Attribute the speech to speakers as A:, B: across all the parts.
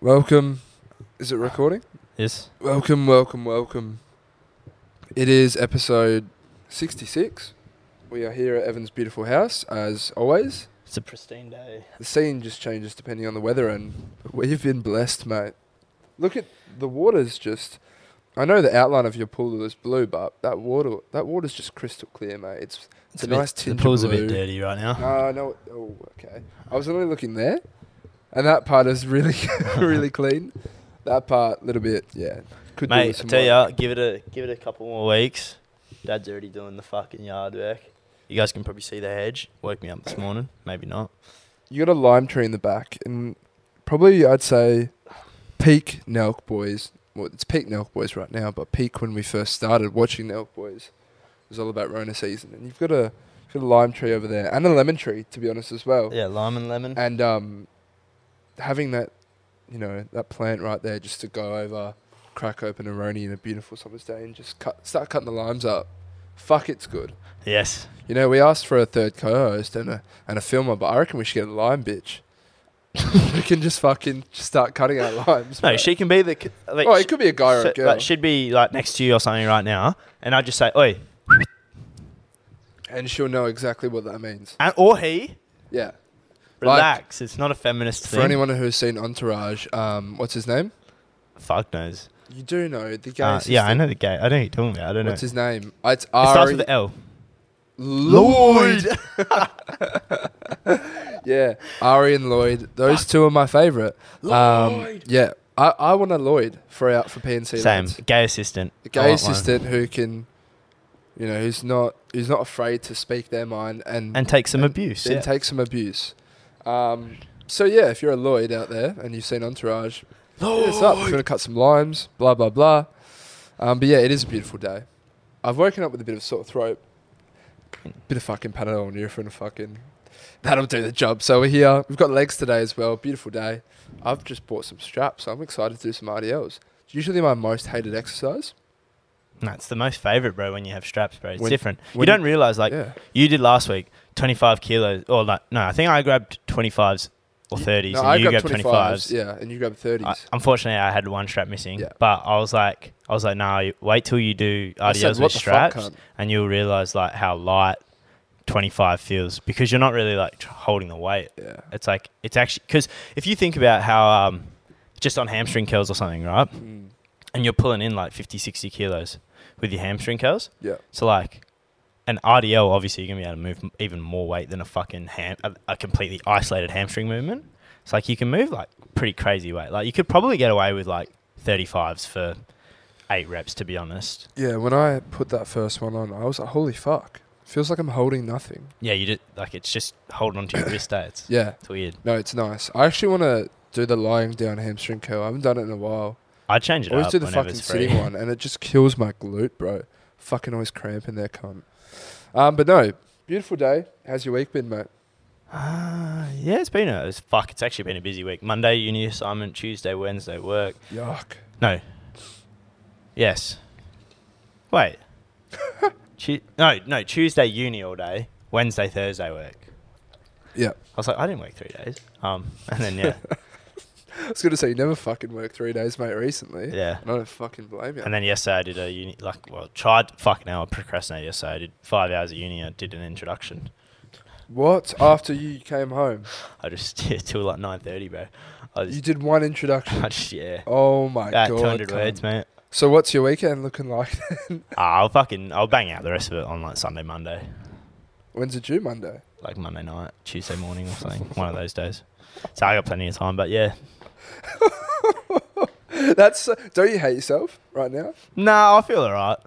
A: Welcome. Is it recording?
B: Yes.
A: Welcome, welcome, welcome. It is episode 66. We are here at Evan's beautiful house, as always.
B: It's a pristine day.
A: The scene just changes depending on the weather, and we've been blessed, mate. Look at the water's just. I know the outline of your pool is blue, but that water that water's just crystal clear, mate. It's it's, a,
B: bit-
A: nice tinge
B: The pool's
A: of
B: a
A: blue.
B: bit dirty right now.
A: No, no. Oh, okay. I was only looking there, and that part is really, really clean. That part, little bit, yeah. Could do with
B: Mate, I
A: some
B: tell
A: work.
B: ya, give it a give it a couple more weeks. Dad's already doing the fucking yard work. You guys can probably see the hedge. Woke me up this morning. Maybe not.
A: you got a lime tree in the back, and probably I'd say peak Nelk Boys. Well, it's peak Nelk Boys right now, but peak when we first started watching Nelk Boys it was all about Rona season. And you've got a, you've got a lime tree over there and a lemon tree, to be honest, as well.
B: Yeah, lime and lemon.
A: And um, having that, you know, that plant right there just to go over, crack open a Roni in a beautiful summer's day and just cut, start cutting the limes up. Fuck, it's good.
B: Yes.
A: You know, we asked for a third co-host and a and a filmer, but I reckon we should get a lime bitch. we can just fucking just start cutting out limes.
B: No,
A: bro.
B: she can be the. c- Like,
A: Oh,
B: sh-
A: it could be a guy or
B: so-
A: a girl.
B: Like, she'd be like next to you or something right now, and I'd just say, "Oi,"
A: and she'll know exactly what that means.
B: and or he.
A: Yeah. Like-
B: Relax. it's not a feminist
A: For
B: thing.
A: anyone who's seen Entourage, um, what's his name?
B: Fuck knows.
A: You do know the guy.
B: Uh, yeah, I know the gay. I don't know what you're talking about. I don't know.
A: What's his E name? It's
B: it starts
A: Ari
B: with the L.
A: Lloyd. yeah, Ari and Lloyd. Those two are my favorite. Um,
B: Lloyd.
A: yeah, I, I want a Lloyd for out for PNC.
B: Same.
A: lads.
B: Gay assistant.
A: a
B: I
A: gay
B: want one.
A: assistant who can, you know, who's not who's not afraid to speak their mind and
B: and take some
A: Mm. and
B: abuse.
A: then
B: yeah.
A: take some abuse. Um, so yeah, if you're a Lloyd out there and you've seen Entourage, hit us up. If you want to cut some limes, blah blah blah. Um, but yeah, it is a beautiful day. I've woken up with a bit of sore throat, bit of fucking Panadol and Nurofen, fucking. That'll do the job. So we're here. We've got legs today as well. Beautiful day. I've just bought some straps. So I'm excited to do some RDLs. It's usually my most hated exercise.
B: Nah, it's the most favorite, bro. When you have straps, bro, it's
A: When-
B: different.
A: when
B: you don't realize, like
A: yeah.
B: you did last week, twenty five kilos, or like no, I think I grabbed twenty fives or
A: Y-
B: thirties,
A: No,
B: and
A: I
B: you
A: grabbed
B: grabbed
A: 25s,
B: twenty fives.
A: Yeah, and you grabbed 30s.
B: Unfortunately, I had one strap missing,
A: Yeah.
B: but I was like, I was like, no, nah, wait till you do
A: I said,
B: RDLs
A: "What
B: with
A: the fuck,
B: straps,
A: cunt?"
B: and you'll realize like how light twenty five feels because you're not really like tr- holding the weight.
A: yeah.
B: It's like it's actually because if you think about how um, just on hamstring curls or something, right?
A: Mm,
B: and you're pulling in like 50, 60 kilos with your hamstring curls.
A: yeah.
B: So like an RDL, obviously you're gonna be able to move m- even more weight than a fucking ham, a, a completely isolated hamstring movement. It's like you can move like pretty crazy weight. Like you could probably get away with like 35s for eight reps, to be honest.
A: Yeah, when I put that first one on, I was like, holy fuck. Feels like I'm holding nothing.
B: Yeah, you just like it's just holding onto your wrist. eh? It's,
A: Yeah.
B: it's weird.
A: No, it's nice. I actually want to do the lying down hamstring curl. I haven't done it in a while.
B: I change it
A: I always
B: up
A: do the
B: whenever
A: fucking
B: it's free.
A: sitting one, and it just kills my glute, bro. Fucking always cramping there, cunt. Um, but no, beautiful day. How's your week been, mate?
B: Ah, yeah, it's been a it's, fuck. It's actually been a busy week. Monday uni assignment, Tuesday, Wednesday work.
A: Yuck.
B: No. Yes. Wait. Tu- no, no. Tuesday uni all day. Wednesday, Thursday work.
A: Yeah.
B: I was like, I didn't work three days. Um, and then yeah,
A: I was going to say, you never fucking worked three days, mate, recently.
B: yeah.
A: And I don't fucking blame you.
B: And then yesterday I did a uni like well tried fucking hell I procrastinated yesterday. I did five hours of uni. I did an introduction.
A: What? After you came home,
B: I just yeah, till like nine thirty, bro. I
A: you
B: just,
A: did one introduction.
B: I just yeah.
A: Oh my
B: About
A: god.
B: two hundred
A: cunt.
B: words, mate. Ah,
A: So what's your weekend looking like?
B: I'll fucking I'll bang out the rest of it on like Sunday, Monday,
A: When's it due? Monday.
B: like Monday night, Tuesday morning or something. One of those days. So I got plenty of time, but yeah,
A: That's don't you hate yourself right now?
B: No, I feel alright.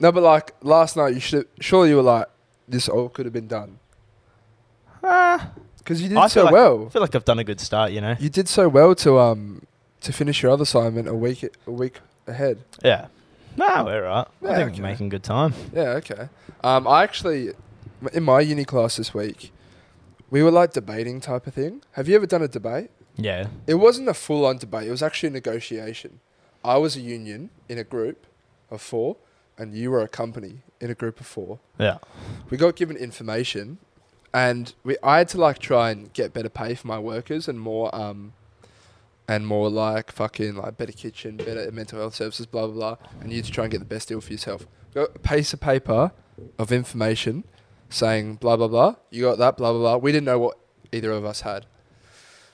A: No, but like last night, you should surely you were like, this all could have been done because you did
B: I feel
A: so
B: like- Ah, I
A: well.
B: feel like I've done a good start, you know.
A: You did so well to um to finish your other assignment a week a week ahead.
B: Yeah. No, we're right.
A: Yeah,
B: I think
A: okay.
B: we're making good time.
A: Yeah, okay. Um, I actually in my uni class this week, we were like debating type of thing. Have you ever done a debate?
B: Yeah.
A: It wasn't a full on debate, it was actually a negotiation. I was a union in a group of four, and you were a company in a group of four.
B: Yeah.
A: We got given information, and we I had to like try and get better pay for my workers and more um, and more like fucking like better kitchen, better mental health services, blah blah blah. And you to try and get the best deal for yourself. Got a piece of paper of information saying blah blah blah. You got that blah blah blah. We didn't know what either of us had.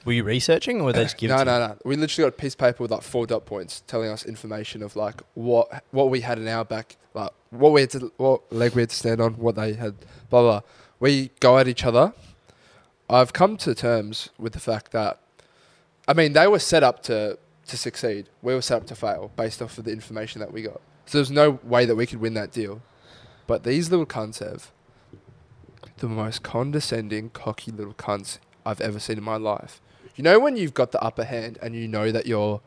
B: Were you researching or were they just giving?
A: No, no, no. We literally got a piece of paper with like four dot points telling us information of like what what we had in our back, like what we had to, what leg we had to stand on, what they had, blah blah. We go at each other. I've come to terms with the fact that, I mean, they were set up to to succeed. We were set up to fail based off of the information that we got. So there's no way that we could win that deal. But these little cunts have the most condescending, cocky little cunts I've ever seen in my life. You know when you've got the upper hand and you know that you're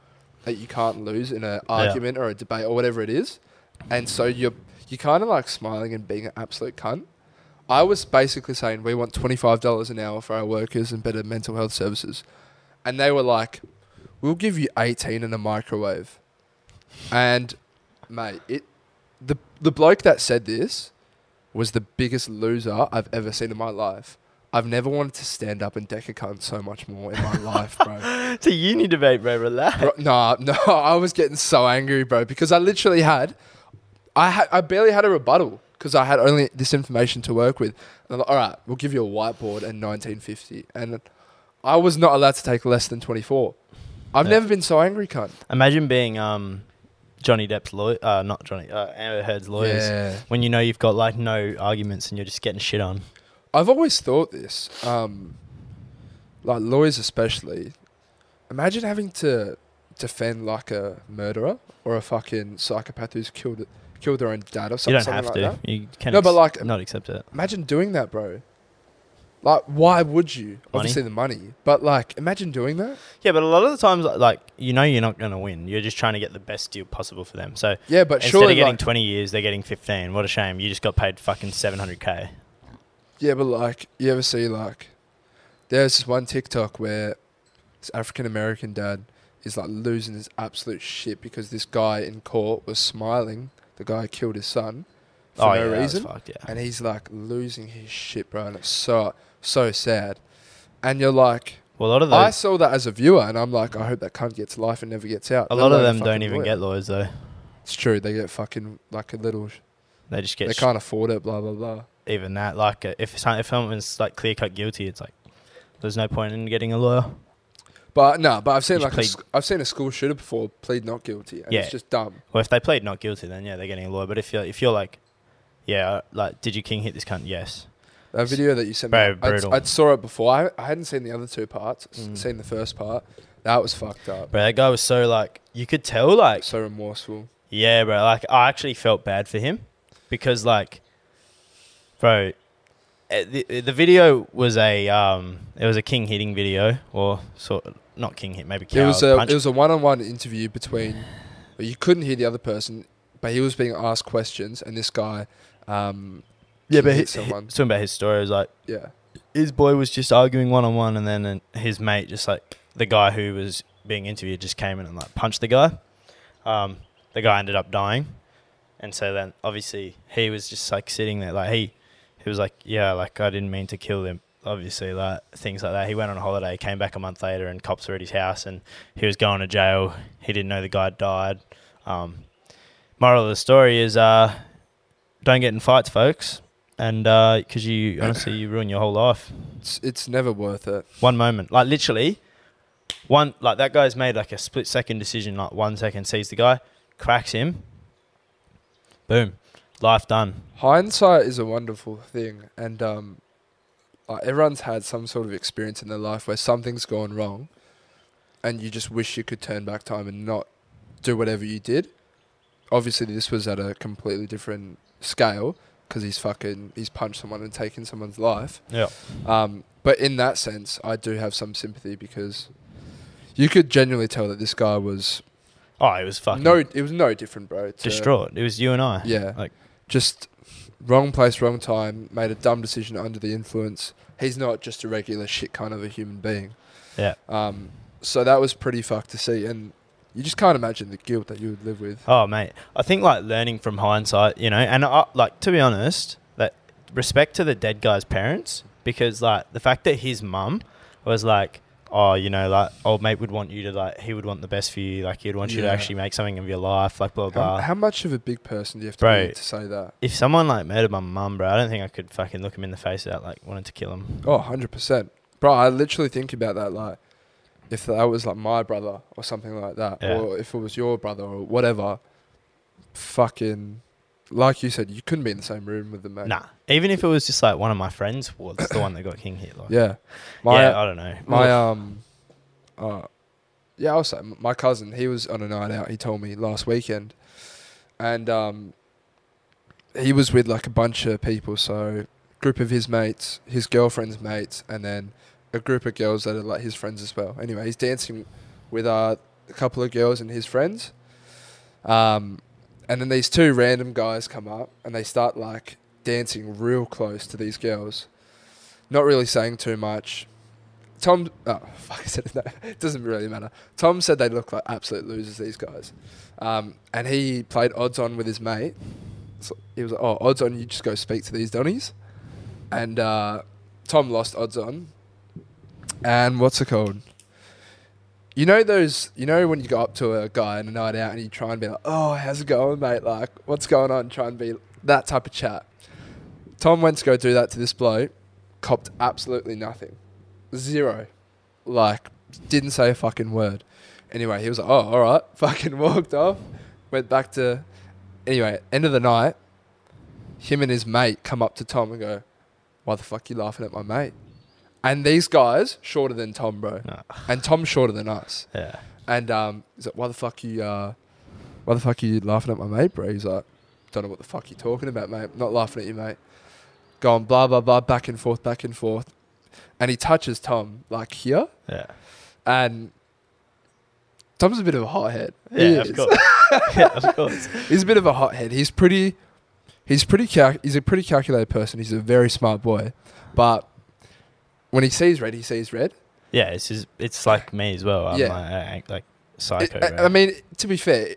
A: that you can't lose in an argument or a debate or whatever it is, and so you're you're kind of like smiling and being an absolute cunt. I was basically saying we want twenty five dollars an hour for our workers and better mental health services, and they were like, "We'll give you eighteen and a microwave," and mate, it the the bloke that said this was the biggest loser I've ever seen in my life. I've never wanted to stand up and deck a cunt so much more in my life, bro.
B: It's a uni debate, bro. Relax.
A: Bro, nah, no, I was getting so angry, bro, because I literally had, I had, I barely had a rebuttal because I had only this information to work with. And I'm like, all right, we'll give you a whiteboard and 1950, and I was not allowed to take less than 24. I've
B: Yeah.
A: never been so angry, cunt.
B: Imagine being um, Johnny Depp's lawyer, uh, not Johnny, uh, Amber Heard's lawyers. When you know you've got like no arguments and you're just getting shit on.
A: I've always thought this, um, like lawyers especially. Imagine having to defend like a murderer or a fucking psychopath who's killed killed their own dad or something,
B: you don't
A: something
B: have
A: like
B: to.
A: that.
B: You can
A: No, but like-
B: not accept it.
A: Imagine doing that, bro. Like, why would you? Obviously, the money, but like, imagine doing that.
B: Yeah, but a lot of the times, like, like you know, you're not gonna win. You're just trying to get the best deal possible for them. So
A: Yeah, but
B: instead
A: surely,
B: of getting
A: like,
B: 20 years, they're getting 15. What a shame. You just got paid fucking 700k.
A: yeah, but like, you ever see like, there's this one TikTok where this African American dad is like losing his absolute shit because this guy in court was smiling. The guy who killed his son for
B: oh yeah,
A: no
B: that was
A: reason.
B: fucked, yeah.
A: and he's like losing his shit, bro, and it's so so sad. And you're like,
B: Well, a lot of
A: I
B: those,
A: saw that as a viewer, and I'm like, I hope that cunt gets life and never gets out.
B: a
A: let
B: lot of
A: alone
B: them
A: fucking
B: don't even
A: lawyer.
B: get lawyers though.
A: It's true. They get fucking like a little. sh-
B: They just
A: they
B: get sh-
A: can't afford it. Blah blah blah.
B: even that. Like, uh, if some- if someone's like clear cut guilty, it's like there's no point in getting a lawyer.
A: But no, but I've seen
B: You
A: like a
B: plead-
A: sc- I've seen a school shooter before plead not guilty, and
B: Yeah.
A: it's just dumb.
B: Well, if they plead not guilty, then yeah, they're getting a lawyer. But if you're if you're like, yeah, like, did you king hit this cunt? Yes.
A: That video that you sent
B: Bro,
A: me, I'd,
B: brutal.
A: I'd saw it before. I, I hadn't seen the other two parts. s-
B: Mm.
A: Seen the first part. That was fucked up.
B: Bro, that guy was so like, you could tell like,
A: So remorseful.
B: yeah, bro. Like, I actually felt bad for him because like, bro, eh, the the video was a um, it was a king hitting video or sort not king hit, maybe cow
A: it was a
B: punch.
A: it was a one on one interview between. but You couldn't hear the other person, but he was being asked questions, and this guy. Um,
B: yeah, but
A: hit
B: he,
A: someone.
B: talking about his story, it was like.
A: yeah,
B: his boy was just arguing one on one, and then uh, his mate, just like the guy who was being interviewed, just came in and like punched the guy. Um, the guy ended up dying, and so then obviously he was just like sitting there, like he, he was like, yeah, like I didn't mean to kill him. Obviously, like things like that. He went on holiday, came back a month later, and cops were at his house, and he was going to jail. He didn't know the guy died. Um, moral of the story is, uh, don't get in fights, folks, and because you honestly you ruin your whole life
A: it's it's never worth it.
B: one moment like literally one like that guy's made like a split second decision like one second sees the guy cracks him boom life done
A: hindsight is a wonderful thing and um like everyone's had some sort of experience in their life where something's gone wrong and you just wish you could turn back time and not do whatever you did obviously this was at a completely different scale because he's fucking he's punched someone and taken someone's life
B: yeah
A: um but in that sense i do have some sympathy because you could genuinely tell that this guy was
B: oh it was fucking
A: no it was no different bro to-
B: distraught it was you and i
A: yeah.
B: Like-
A: just wrong place, wrong time, made a dumb decision under the influence. He's not just a regular shit kind of a human being.
B: Yeah.
A: Um, so that was pretty fucked to see. And You just can't imagine the guilt that you would live with.
B: Oh, mate. I think like learning from hindsight, you know, and I, like to be honest, that respect to the dead guy's parents because like the fact that his mum was like, oh, you know, like old mate would want you to like he would want the best for you, like he'd want you to
A: Yeah.
B: actually make something of your life, like blah blah.
A: How,
B: blah.
A: how much of a big person do you have to
B: Bro.
A: be to say that?
B: if someone like murdered my mum, bro, I don't think I could fucking look him in the face without like wanting to kill him.
A: Oh, 100%. Bro, I literally think about that like if that was like my brother or something like that
B: Yeah.
A: or if it was your brother or whatever fucking like you said you couldn't be in the same room with them mate.
B: Nah, even if it was just like one of my friends was the one that got king hit. Like,
A: Yeah. My
B: yeah, I don't know.
A: my um uh yeah, I'll say m- my cousin, he was on a night out, he told me last weekend. And um he was with like a bunch of people, so group of his mates, his girlfriend's mates, and then a group of girls that are like his friends as well. Anyway, he's dancing with uh, a couple of girls and his friends. Um, and then these two random guys come up and they start like dancing real close to these girls, not really saying too much. Tom, oh fuck, I said it. No, it doesn't really matter. Tom said they look like absolute losers. These guys, um, and he played odds on with his mate. So he was like, "Oh, odds on, you just go speak to these donnies," and uh, Tom lost odds on. And what's it called? You know those. You know when you go up to a guy on a night out and you try and be like, "Oh, how's it going, mate? Like, what's going on?" Try and be that type of chat. Tom went to go do that to this bloke, copped absolutely nothing, zero, like didn't say a fucking word. Anyway, he was like, "Oh, all right," fucking walked off, went back to. Anyway, end of the night, him and his mate come up to Tom and go, "Why the fuck you laughing at my mate?" And these guys shorter than Tom, bro,
B: No.
A: and Tom's shorter than us.
B: yeah,
A: And um, he's like, "Why the fuck you? Uh, why the fuck you laughing at my mate, bro?" He's like, "Don't know what the fuck you're talking about, mate. Not laughing at you, mate." Going blah blah blah, back and forth, back and forth, and he touches Tom like here,
B: yeah,
A: and Tom's a bit of a hothead. He
B: yeah. Of
A: is.
B: course, yeah, of course.
A: he's a bit of a hothead. He's pretty, he's pretty, cal- he's a pretty calculated person. He's a very smart boy, but when he sees red, he sees red.
B: Yeah, it's just it's like me as well. I'm
A: Yeah.
B: like, I act like
A: It-
B: psycho.
A: I, I
B: right?
A: mean, to be fair,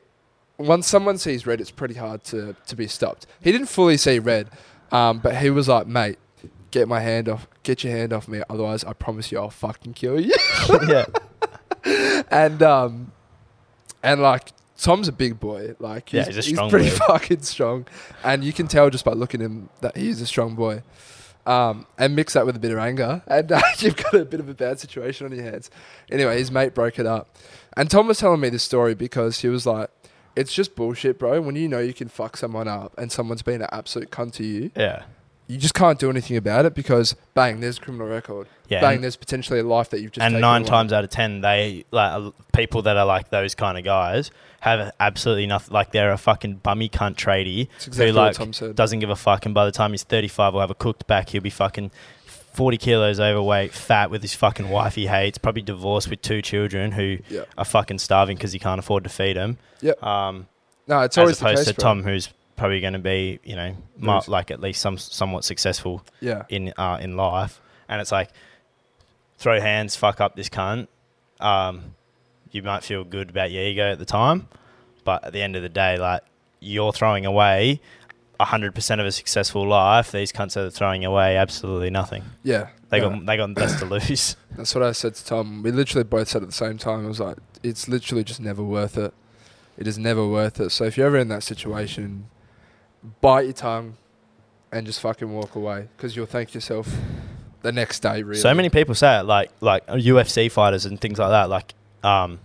A: once someone sees red, it's pretty hard to, to be stopped. He didn't fully see red, um, but he was like, mate, get my hand off, get your hand off me, otherwise I promise you I'll fucking kill you.
B: yeah,
A: and um, and like Tom's a big boy, like
B: Yeah,
A: he's,
B: he's a strong
A: pretty
B: boy.
A: fucking strong, and you can tell just by looking at him that he's a strong boy. Um, and mix that with a bit of anger, and uh, you've got a bit of a bad situation on your hands. Anyway, his mate broke it up, and Tom was telling me this story because he was like, "It's just bullshit, bro. When you know you can fuck someone up, and someone's been an absolute cunt to you,
B: yeah,
A: you just can't do anything about it because bang, there's a criminal record.
B: yeah.
A: bang,
B: and-
A: there's potentially a life that you've just
B: and
A: taken
B: nine
A: away.
B: times out of ten, they like uh, people that are like those kind of guys have absolutely nothing. Like they're a fucking bummy cunt tradie
A: It's exactly
B: like,
A: what Tom said.
B: doesn't give a fuck, and by the time he's 35, we'll have a cooked back. He'll be fucking 40 kilos overweight, fat with his fucking wife he hates, probably divorced with two children who
A: Yeah.
B: are fucking starving because he can't afford to feed them.
A: Yep.
B: Um,
A: No, it's always
B: as
A: the case
B: opposed to
A: bro.
B: Tom, who's probably going to be, you know, mar-
A: Who's-
B: like at least some somewhat successful
A: Yeah.
B: in uh, in life, and it's like throw hands, fuck up this cunt. Um, you might feel good about your ego at the time, but at the end of the day, like you're throwing away hundred percent of a successful life. These cunts are throwing away absolutely nothing.
A: Yeah.
B: They
A: no,
B: got they got less to lose.
A: that's what I said to Tom. We literally both said at the same time, I was like, it's literally just never worth it. It is never worth it. So if you're ever in that situation, bite your tongue and just fucking walk away because you'll thank yourself the next day, really.
B: So many people say it, like like uh, UFC fighters and things like that. Like, um,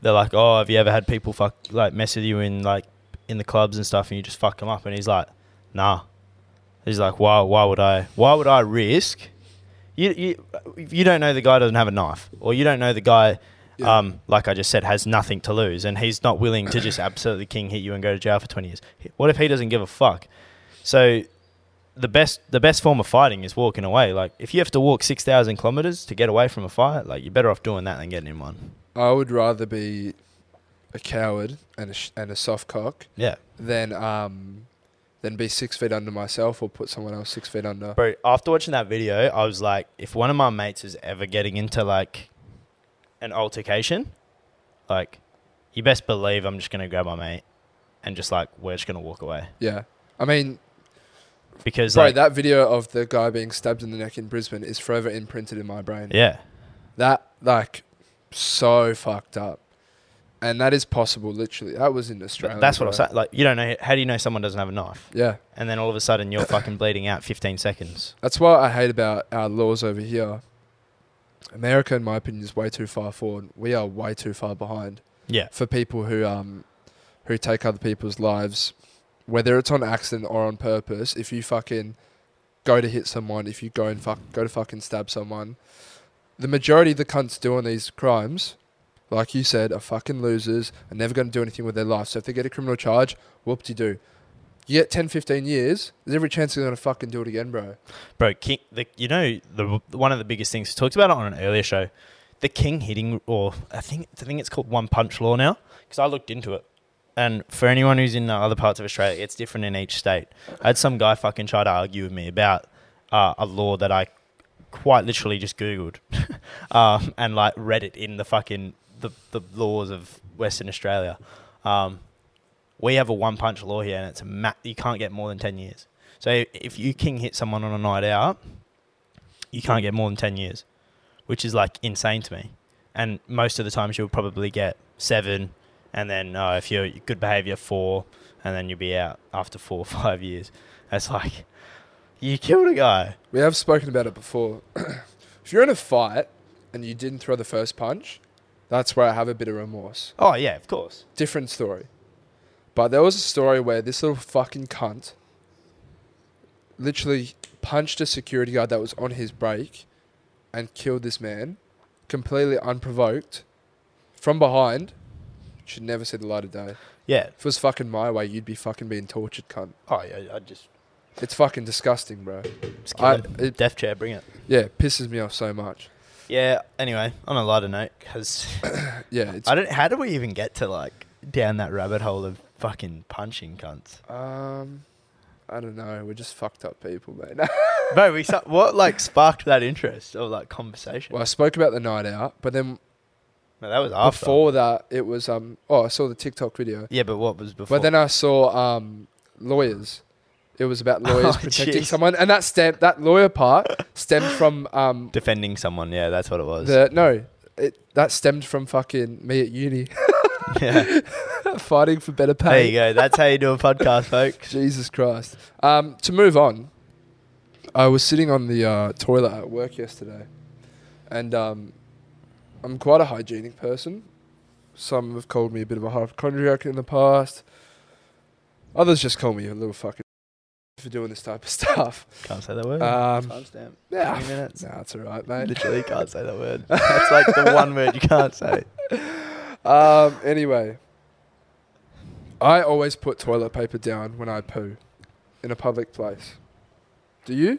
B: they're like, oh, have you ever had people fuck like mess with you in like in the clubs and stuff, and you just fuck them up? And he's like, nah. He's like, why? Why would I? Why would I risk? You you you don't know the guy doesn't have a knife, or you don't know the guy.
A: Yeah.
B: Um, like I just said, has nothing to lose, and he's not willing to just absolutely king hit you and go to jail for twenty years. What if he doesn't give a fuck? So the best the best form of fighting is walking away. Like if you have to walk six thousand kilometers to get away from a fight, like you're better off doing that than getting in one.
A: I would rather be a coward and a, sh- and a soft cock
B: Yeah,
A: than, um, than be six feet under myself or put someone else six feet under.
B: bro. After watching that video, I was like, if one of my mates is ever getting into like an altercation, like you best believe I'm just gonna grab my mate and just like we're just gonna walk away
A: Yeah. I mean,
B: because
A: sorry,
B: like
A: that video of the guy being stabbed in the neck in Brisbane is forever imprinted in my brain.
B: yeah
A: That like so fucked up. And that is possible, literally. That was in
B: but
A: Australia.
B: that's what I'm
A: bro.
B: saying. Like you don't know how do you know someone doesn't have a knife?
A: Yeah.
B: And then all of a sudden you're fucking bleeding out 15 seconds.
A: That's what I hate about our laws over here. America, in my opinion, is way too far forward. We are way too far behind
B: Yeah.
A: for people who um who take other people's lives, whether it's on accident or on purpose. If you fucking go to hit someone, if you go and fuck go to fucking stab someone, the majority of the cunts doing these crimes, like you said, are fucking losers and never going to do anything with their life. So if they get a criminal charge, whoop de doo. You get 10, 15 years, there's every chance they're going to fucking do it again, bro.
B: Bro, King, the, you know, the one of the biggest things we talked about it on an earlier show, the King hitting, or I think I think it's called One Punch Law now, because I looked into it. And for anyone who's in the other parts of Australia, it's different in each state. I had some guy fucking try to argue with me about uh, a law that I quite literally just Googled um, and like read it in the fucking the, the laws of Western Australia. Um, we have a one punch law here, and it's a ma- you can't get more than ten years. So if you king hit someone on a night out, you can't get more than ten years, which is like insane to me. And most of the times you'll probably get seven, and then uh, if you're good behavior four, and then you'll be out after four or five years. That's like you killed a guy.
A: We have spoken about it before. if you're in a fight and you didn't throw the first punch, that's where I have a bit of remorse.
B: Oh yeah, of course.
A: Different story. But there was a story where this little fucking cunt literally punched a security guard that was on his break and killed this man completely unprovoked from behind. Should never see the light of day.
B: Yeah.
A: If it was fucking my way, you'd be fucking being tortured, cunt.
B: Oh yeah, I just,
A: It's fucking disgusting, bro.
B: just kill
A: I,
B: him.
A: it,
B: Death chair, bring it.
A: yeah, it pisses me off so much.
B: Yeah. Anyway, on a lighter note, because.
A: Yeah, it's
B: I don't. How do we even get to like down that rabbit hole of fucking punching cunts?
A: Um, I don't know. We're just fucked up people, mate.
B: Bro, we su- what like sparked that interest or like conversation?
A: well, I spoke about the night out, but then
B: no, that was after.
A: before that, it was um. Oh, I saw the TikTok video,
B: Yeah, but what was before?
A: but then I saw um lawyers. It was about lawyers
B: Oh,
A: protecting
B: jeez.
A: someone, and that stem that lawyer part stemmed from um
B: defending someone. Yeah, that's what it was.
A: the no. It, that stemmed from fucking me at uni
B: yeah.
A: fighting for better pay.
B: There you go. That's how you do a podcast, folks.
A: Jesus Christ. Um, to move on, I was sitting on the uh, toilet at work yesterday, and um, I'm quite a hygienic person. Some have called me a bit of a hypochondriac in the past. Others just call me a little fucking for doing this type of stuff.
B: Can't say that word.
A: Um,
B: Timestamp.
A: yeah,
B: Twenty minutes.
A: nah, it's all right, mate.
B: Literally can't say that word. That's like the one word you can't say.
A: Um, anyway, I always put toilet paper down when I poo in a public place. Do you?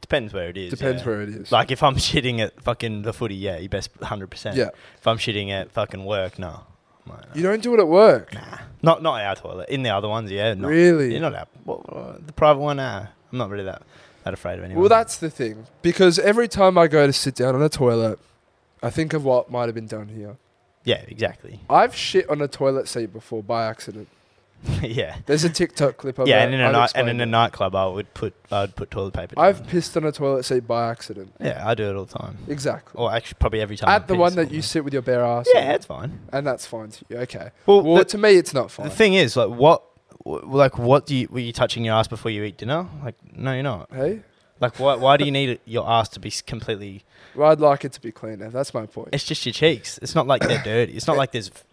B: Depends where it is.
A: Depends
B: yeah.
A: where it is.
B: Like if I'm shitting at fucking the footy, yeah, you best hundred percent.
A: Yeah.
B: If I'm shitting at fucking work, no. I'm like, no.
A: You don't do it at work.
B: Not not our toilet. In the other ones, yeah. Not,
A: Really?
B: Yeah, not our, what, what- the private one. Nah, I'm not really that that afraid of anyone.
A: Well, that's the thing. Because every time I go to sit down on a toilet, I think of what might have been done here.
B: yeah, exactly.
A: I've shit on a toilet seat before by accident.
B: yeah,
A: There's a TikTok clip of
B: yeah.
A: that.
B: And in a
A: I've
B: night and
A: explained
B: in
A: it.
B: a nightclub, I would put I would put toilet paper. Down.
A: I've pissed on a toilet seat by accident.
B: yeah, I do it all the time.
A: Exactly.
B: Or actually, probably every time. I
A: At the
B: piss
A: one that
B: on
A: you
B: the-
A: sit with your bare ass. on.
B: Yeah, it's fine.
A: And that's fine to you. Okay.
B: Well,
A: Well,
B: the,
A: to me, it's not
B: the
A: fine.
B: thing is, like, what, wh- like, what do you were you touching your ass before you eat dinner? Like, no, you're not.
A: hey?
B: Like, why why do you need it, your ass to be s- completely?
A: Well, I'd like it to be cleaner. That's my point.
B: It's just your cheeks. It's not like they're dirty. It's not like there's f-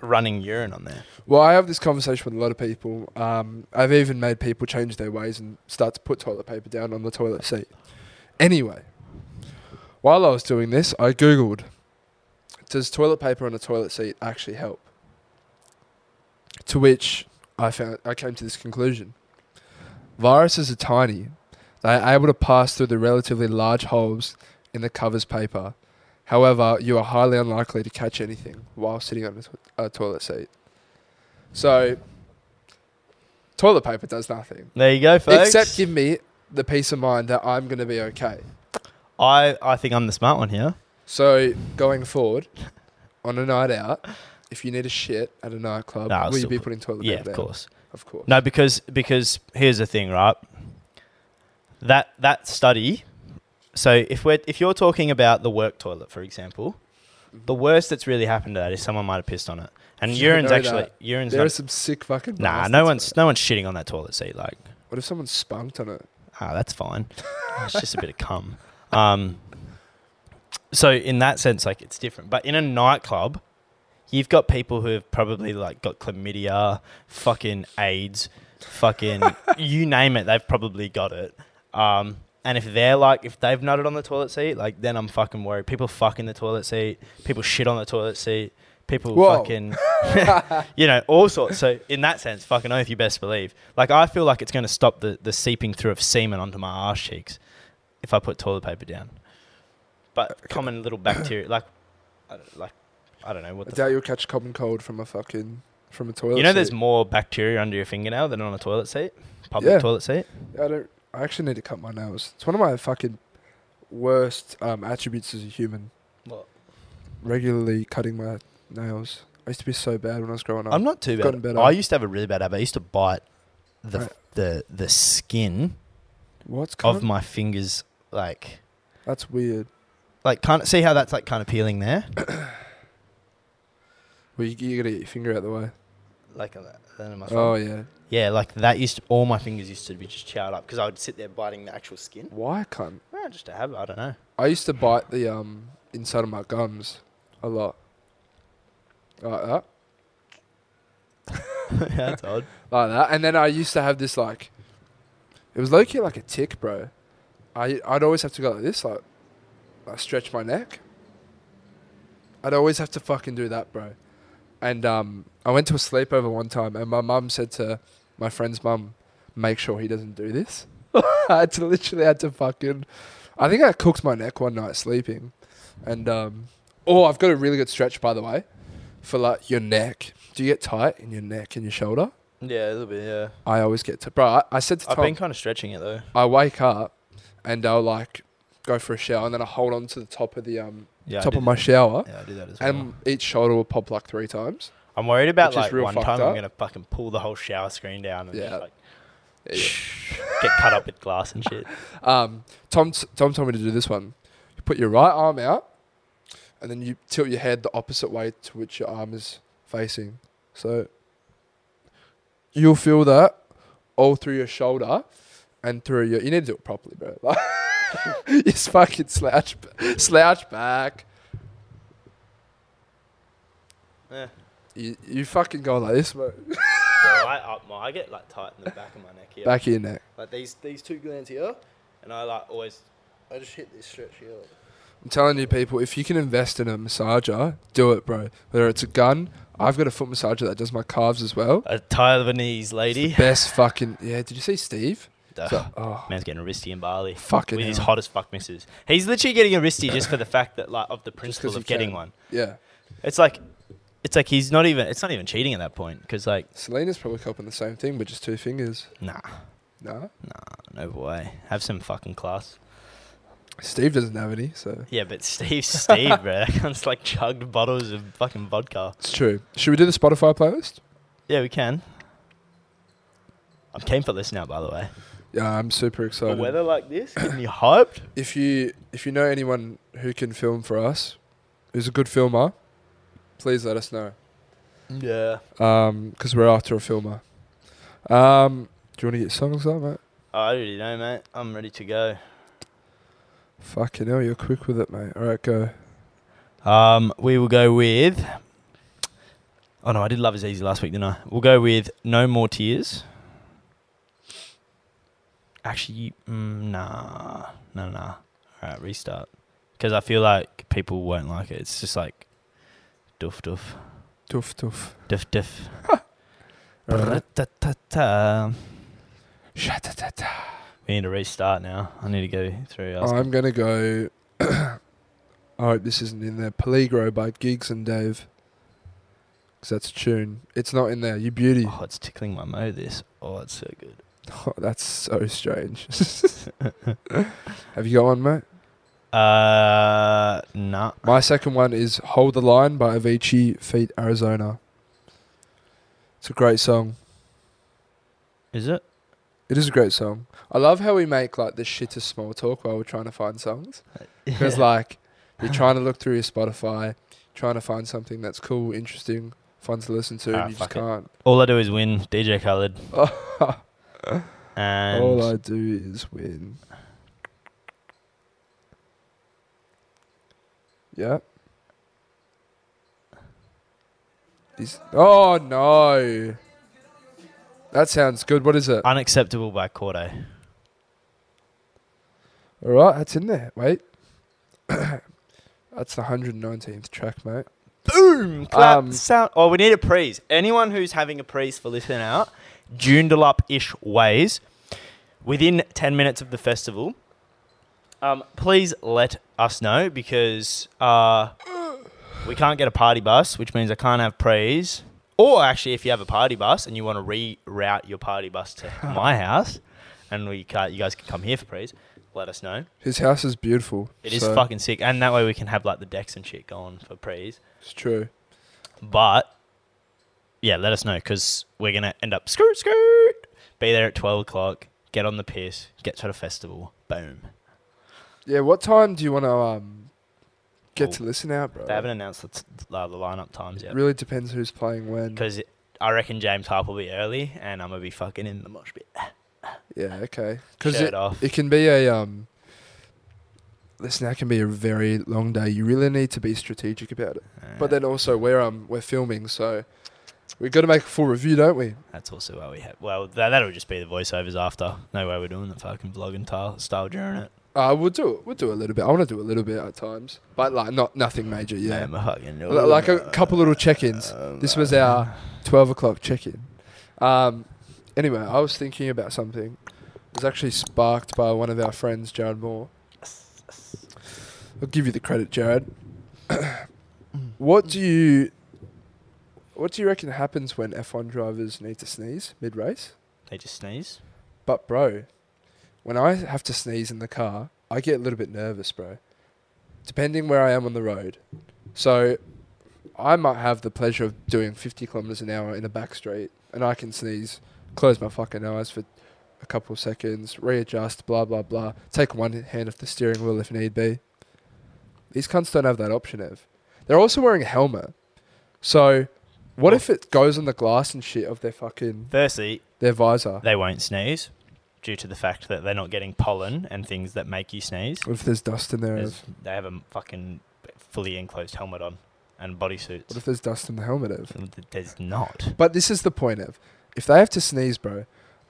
B: running urine on there.
A: Well, I have this conversation with a lot of people. Um, I've even made people change their ways and start to put toilet paper down on the toilet seat. Anyway, while I was doing this, I Googled Does toilet paper on a toilet seat actually help? To which I, found, I came to this conclusion Viruses are tiny, they are able to pass through the relatively large holes in the covers paper. However, you are highly unlikely to catch anything while sitting on a, to- a toilet seat. So, toilet paper does nothing.
B: There you go, folks.
A: Except give me the peace of mind that I'm going to be okay.
B: I, I think I'm the smart one here.
A: So, going forward, on a night out, if you need a shit at a nightclub,
B: Nah, I'll
A: will you
B: still
A: be
B: put-
A: putting toilet
B: Yeah,
A: paper
B: of
A: down?
B: course.
A: Of course.
B: No, because because here's the thing, right? That that study. So if we're if you're talking about the work toilet, for example,
A: Mm-hmm.
B: the worst that's really happened to that is someone might have pissed on it, and
A: You
B: urine's
A: know
B: actually
A: that.
B: urine's
A: There are
B: not,
A: some sick fucking.
B: nah.
A: bastards,
B: No one's
A: mate.
B: no one's shitting on that toilet seat. Like
A: What if someone spunked on it?
B: ah, that's fine. it's just a bit of cum. Um, so in that sense, like it's different. But in a nightclub, you've got people who have probably like got chlamydia, fucking AIDS, fucking you name it, they've probably got it. Um, and if they're like, if they've nutted on the toilet seat, like then I'm fucking worried. People fuck in the toilet seat. People shit on the toilet seat. People
A: Whoa.
B: fucking, you know, all sorts. So in that sense, fucking oath, you best believe. Like I feel like it's going to stop the, the seeping through of semen onto my arse cheeks if I put toilet paper down. But common little bacteria, like, I don't, like, I don't know what
A: I
B: the
A: doubt you'll catch a common cold from a fucking from a toilet.
B: you know, there's
A: seat.
B: more bacteria under your fingernail than on a toilet seat, public
A: Yeah.
B: toilet seat.
A: I don't. I actually need to cut my nails. It's one of my fucking worst um, attributes as a human.
B: What?
A: Regularly cutting my nails. I used to be so bad when I was growing up.
B: I'm not too
A: gotten
B: bad.
A: better.
B: I used to have a really bad habit. I used to bite the
A: Right.
B: the the skin
A: What's
B: of
A: cunt?
B: my fingers, like
A: That's weird.
B: like kind of see how that's like kind of peeling there,
A: Well, you, you gotta get your finger out the way.
B: like uh, then in my
A: Oh
B: thumb.
A: yeah.
B: yeah, like that used to, all my fingers used to be just chowed up because I would sit there biting the actual skin.
A: Why cunt?
B: Well, just a habit. I don't know.
A: I used to bite the um inside of my gums a lot. Uh, Like that.
B: that's odd.
A: like that. And then I used to have this like, it was low key like a tick, bro. I I'd always have to go like this, like, like stretch my neck. I'd always have to fucking do that, bro. And um, I went to a sleepover one time, and my mum said to my friend's mum, "Make sure he doesn't do this." I had to literally had to fucking. I think I cooked my neck one night sleeping, and um, oh, I've got a really good stretch by the way, for like your neck. Do you get tight in your neck and your shoulder?
B: Yeah, a little bit. Yeah,
A: I always get to, bro. I, I said to
B: I've
A: Tom,
B: been kind of stretching it though.
A: I wake up and I'll like go for a shower and then I hold on to the top of the um
B: Yeah, I
A: top
B: do
A: of my
B: that.
A: shower
B: Yeah, I do that as well.
A: and each shoulder will pop like three times.
B: I'm worried about
A: Which is
B: like
A: real
B: one
A: fucked
B: time
A: up.
B: I'm gonna fucking pull the whole shower screen down and
A: Yeah.
B: just like
A: Yeah,
B: get cut up with glass and shit.
A: yeah. Um, Tom t- Tom told me to do this one. You put your right arm out and then you tilt your head the opposite way to which your arm is facing. So you'll feel that all through your shoulder and through your. You need to do it properly, bro. Like, just fucking slouch, slouch back.
B: Yeah.
A: You, you fucking go like this, bro.
B: I up my, I get like tight in the back of my neck here,
A: Back of your neck.
B: like these these two glands here, and I like always, I just hit this stretch here.
A: I'm telling you, people, if you can invest in a massager, do it, bro. Whether it's a gun, I've got a foot massager that does my calves as well.
B: A Taiwanese lady,
A: Best fucking yeah. Did you see Steve?
B: Duh.
A: So- oh,
B: man's getting a wristy in Bali
A: fucking
B: with his
A: hell.
B: hot as fuck misses. He's literally getting a wristy just for the fact that like of the
A: 'cause
B: principle
A: he
B: of getting
A: can.
B: one.
A: Yeah,
B: It's like, it's like he's not even, it's not even cheating at that point because like,
A: Selena's probably coping the same thing, but just two fingers.
B: nah,
A: No,
B: no way, have some fucking class.
A: Steve doesn't have any, so
B: Yeah, but Steve, Steve, bro, that cunt's like chugged bottles of fucking vodka.
A: it's true. Should we do the Spotify playlist?
B: Yeah, we can. I'm keen for this now, by the way.
A: Yeah, I'm super
B: The
A: excited.
B: weather like this, getting you hyped.
A: If you if you know anyone who can film for us, who's a good filmer, please let us know.
B: Yeah.
A: because Um, we're after a filmer. Um, do you want to get your songs up, mate?
B: I already know, mate. I'm ready to go.
A: Fucking hell, you're quick with it, mate. All right, go.
B: Um, we will go with. Oh no, I did Love Is Easy last week, didn't I? We'll go with No More Tears. Actually, mm, nah, no, nah. All right, restart. Because I feel like people won't like it. It's just like, doof doof
A: Tuff, tuff.
B: doof doof.
A: All right.
B: Bra-ta-ta-ta.
A: Sha-ta-ta-ta. Oh,
B: We need to restart now. I need to go through. I was-
A: I'm gonna go. I hope this isn't in there. Peligro by Gigs and Dave. Cause that's a tune. It's not in there. You beauty.
B: Oh, it's tickling my mo. This. Oh, it's so good.
A: Oh, that's so strange. Have you got one, mate?
B: Uh, nah.
A: My second one is Hold the Line by Avicii feat Arizona. It's a great song.
B: Is it?
A: It is a great song. I love how we make like the shittest small talk while we're trying to find songs. Because like you're trying to look through your Spotify, trying to find something that's cool, interesting, fun to listen to,
B: Ah,
A: and you just
B: fuck it.
A: can't.
B: All I do is win DJ Khaled. and
A: All I do is win. Yeah. Is- oh no. That sounds good. What is it?
B: Unacceptable by Corday.
A: All right, that's in there. Wait. that's the 119th track, mate.
B: Boom! Mm, Clap
A: Um,
B: sound. Oh, we need a praise. Anyone who's having a praise for listening out, Joondalup ish ways, within 10 minutes of the festival, um, please let us know because uh, we can't get a party bus, which means I can't have praise. Or actually, if you have a party bus and you want to reroute your party bus to my house, and we can't, you guys can come here for praise, let us know.
A: His house is beautiful.
B: It is
A: so
B: fucking sick, and that way we can have like the decks and shit going for praise.
A: It's true.
B: But yeah, let us know because we're gonna end up skirt skirt. Be there at twelve o'clock. Get on the piss. Get to the festival. Boom.
A: Yeah, what time do you want to um get
B: Oh,
A: to listen out, bro?
B: They haven't announced the, t- uh, the lineup times
A: It
B: yet
A: really depends who's playing when.
B: because I reckon James Harp will be early, and I'm gonna be fucking in the mosh pit.
A: Yeah, okay. Because
B: Shirt
A: it,
B: off.
A: it can be a um. Listen, that can be a very long day. You really need to be strategic about it. But then also, we're um we're filming, so we got to make a full review, don't we?
B: Uh, that's also why we have. Well, that that'll just be the voiceovers after. No way we're doing the fucking vlog and tile- style during it.
A: Uh, we'll do it. We'll do a little bit. I want to do a little bit at times, but like not nothing major. Yeah.
B: Man, we're fucking Um,
A: L- like a couple little check-ins. This was our 12 o'clock check in. Um, anyway, I was thinking about something. It was actually sparked by one of our friends, Jared Moore. I'll give you the credit, Jared. what do you what do you reckon happens when F1 drivers need to sneeze mid race?
B: They just sneeze.
A: But bro, when I have to sneeze in the car, I get a little bit nervous, bro. Depending where I am on the road. So I might have the pleasure of doing 50 kilometers an hour in a back street and I can sneeze, close my fucking eyes for a couple of seconds, readjust, blah, blah, blah. Take one hand off the steering wheel if need be. These cunts don't have that option, Ev. They're also wearing a helmet. So what if it goes on the glass and shit of their fucking,
B: Firstly,
A: their visor?
B: they won't sneeze due to the fact that they're not getting pollen and things that make you sneeze.
A: What if there's dust in there? Ev?
B: There's- They have a fucking fully enclosed helmet on and
A: What
B: bodysuits.
A: if there's dust in the helmet, Ev?
B: There's not.
A: But this is the point, Ev. If they have to sneeze, bro,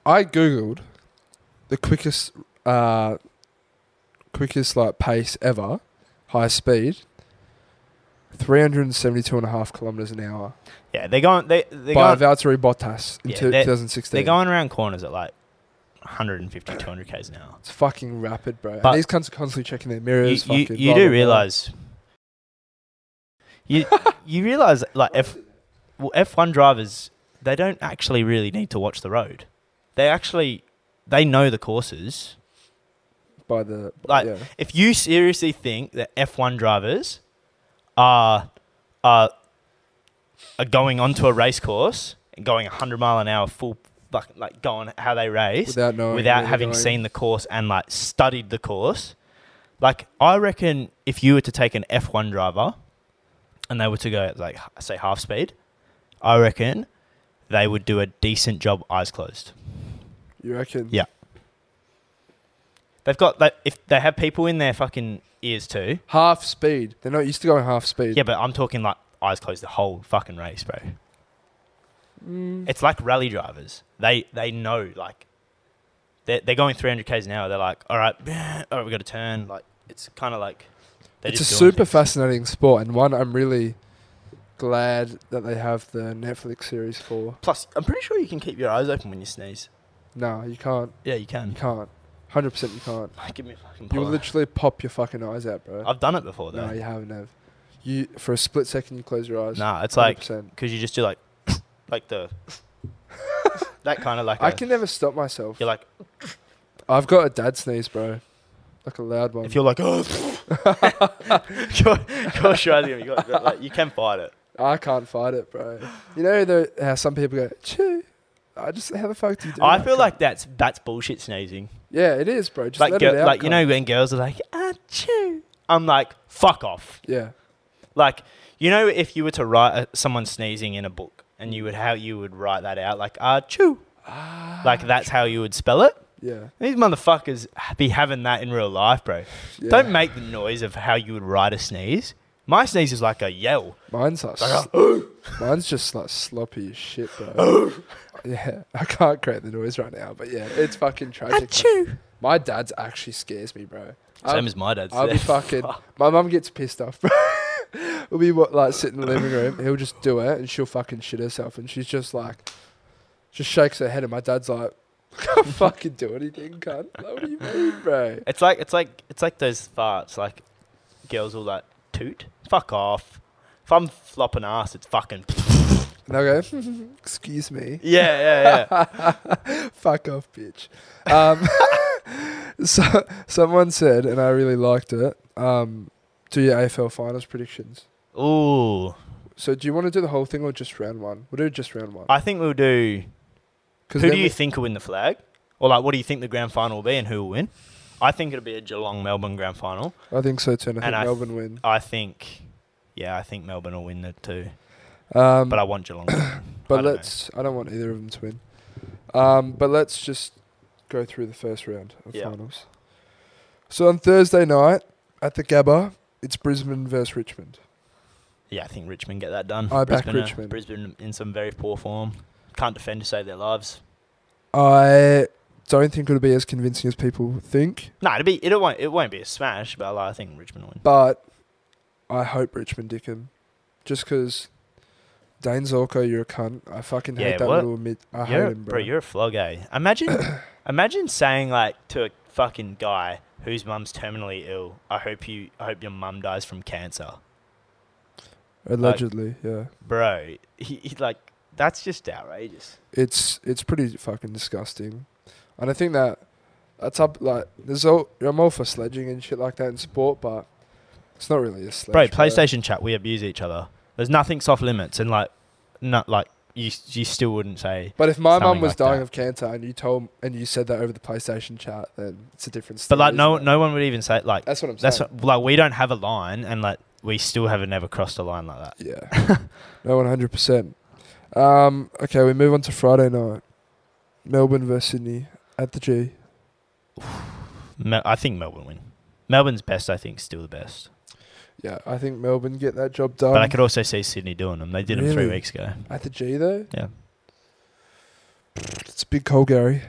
A: I googled the quickest, uh, quickest like pace ever, high speed, 372 and a half kilometers an hour
B: Yeah, they're going. They they're
A: by
B: going.
A: Valtteri Bottas in
B: Yeah,
A: two-
B: they're-
A: 2016.
B: They're going around corners at like 150, 200 k's an hour.
A: it's fucking rapid, bro.
B: But-
A: and these cunts are constantly checking their
B: You,
A: mirrors.
B: you,
A: fucking
B: you
A: blah, blah,
B: do
A: blah.
B: realize. You you realize like F well, F one drivers they don't actually really need to watch the road. They actually they know the courses.
A: by the
B: like-
A: yeah.
B: if you seriously think that F1 drivers are are are going onto a race course and going 100 mile an hour full fuck, like going how they race without,
A: without knowing where
B: having
A: they're going.
B: seen the course and like studied the course like I reckon if you were to take an F1 driver and they were to go at like h- say half speed I reckon they would do a decent job eyes closed
A: You reckon?
B: Yeah. they've got that if they have people in their fucking ears too
A: Half speed. They're not used to going half speed.
B: Yeah, but I'm talking like eyes closed the whole fucking race, bro.
A: Mm.
B: It's like rally drivers. They they know like they're they're going 300 k's an hour. They're like, all right, all right, we got to turn. Like it's kind of like they're
A: it's a
B: just doing
A: super
B: things.
A: fascinating sport and one I'm really glad that they have the Netflix series for.
B: Plus, I'm pretty sure you can keep your eyes open when you sneeze.
A: No, you can't.
B: Yeah, you
A: You
B: can.
A: can't. 100% you can't.
B: Give me a fucking.
A: You'll
B: pull.
A: literally pop your fucking eyes out, bro.
B: I've done it before
A: no,
B: though.
A: you haven't, Ev. You, for a split second, you close your eyes.
B: Nah, it's like
A: 100%.
B: because you just do like like the that kind of like
A: I
B: a-
A: can never stop myself.
B: You're like
A: I've got a dad sneeze, bro. like a loud one.
B: If you're like, oh, you're, you're Australian, you, got, like, you can fight it.
A: I can't fight it, bro. You know the, how some people go, "Chew." I just how the fuck do you do?
B: I
A: that,
B: feel
A: cunt?"
B: like that's that's bullshit sneezing.
A: yeah, it is, bro. Just
B: like,
A: let
B: girl,
A: it out.
B: like you
A: cunt.
B: know when girls are like, ah, chew. I'm like, fuck off.
A: Yeah,
B: Like, you know, if you were to write uh, someone sneezing in a book, and you would how you would write that out, like ah, chew. Like that's how you would spell it.
A: Ah, yeah,
B: These motherfuckers be having that in real life, bro.
A: yeah.
B: Don't make the noise of how you would write a sneeze. My sneeze is like a yell.
A: Mine's like,
B: Like oh.
A: sl- mine's just like sloppy as shit, bro. yeah, I can't create the noise right now, but yeah, it's fucking tragic.
B: Achoo.
A: My dad's actually scares me, bro.
B: Same
A: I'll,
B: as my dad's.
A: I'll be fucking. My mum gets pissed off, bro. we'll be what, like sitting in the living room. He'll just do it, and she'll fucking shit herself, and she's just like, just shakes her head, and my dad's like, can't fucking do anything, cunt. Like, what do you mean, bro?
B: It's like it's like it's like those farts. Like girls will like toot. Fuck off. If I'm flopping ass, it's fucking.
A: And they'll go, excuse me.
B: Yeah, yeah, yeah.
A: Fuck off, bitch. Um, so someone said, and I really liked it. Um, do your AFL finals predictions.
B: Ooh,
A: So do you want to do the whole thing or just round one? We'll do just round one.
B: I think we'll do.
A: 'Cause
B: who
A: then
B: do you
A: we-
B: think will win the flag? Or like, what do you think the grand final will be, and who will win? I think it'll be a Geelong Melbourne grand final.
A: I think so too. And I think
B: And I th-
A: Melbourne win.
B: I think, yeah, I think Melbourne will win the two,
A: Um,
B: but
A: but
B: I want Geelong. to win. I don't know.
A: let's. I don't want either of them to win. Um, but let's just go through the first round of
B: Yeah.
A: finals. So on Thursday night at the Gabba, it's Brisbane versus Richmond.
B: Yeah, I think Richmond get that done.
A: I back
B: are-
A: Richmond.
B: Brisbane in some very poor form. Can't defend to save their lives.
A: I don't think it'll be as convincing as people think.
B: No, it'll be it won't it won't be a smash, but like, I think Richmond will win.
A: But I hope Richmond dick him. Just because Dane Zorko, you're a cunt. I fucking hate
B: Yeah,
A: that
B: what?
A: little mid. I
B: you're,
A: hate him, bro.
B: you're a flog, eh? Imagine, imagine saying like to a fucking guy whose mum's terminally ill. I hope you, I hope your mum dies from cancer,
A: Allegedly, yeah.
B: bro. He, he like that's just outrageous.
A: It's it's pretty fucking disgusting. And I think that that's up like there's all I'm all for sledging and shit like that in sport, but it's not really a sledge.
B: Bro, PlayStation chat, we abuse each other. There's nothing soft limits, and like, not like you, you still wouldn't say.
A: But if my mum
B: Something
A: was
B: like
A: dying
B: that.
A: of cancer and you told and you said that over the PlayStation chat, then it's a different story.
B: But like, no,
A: isn't it?
B: no one would even say like.
A: That's what I'm
B: That's
A: saying.
B: what, like we don't have a line, and like we still haven't ever crossed a line like that.
A: yeah. no, one hundred percent. Um, okay, we move on to Friday night. Melbourne versus Sydney at the G.
B: Mel- I think Melbourne win. Melbourne's best, I think, still the best.
A: Yeah, I think Melbourne get that job done.
B: but I could also see Sydney doing them. They did them three
A: Um, Really?
B: weeks ago.
A: At the G though?
B: Yeah.
A: It's a big cold Gary.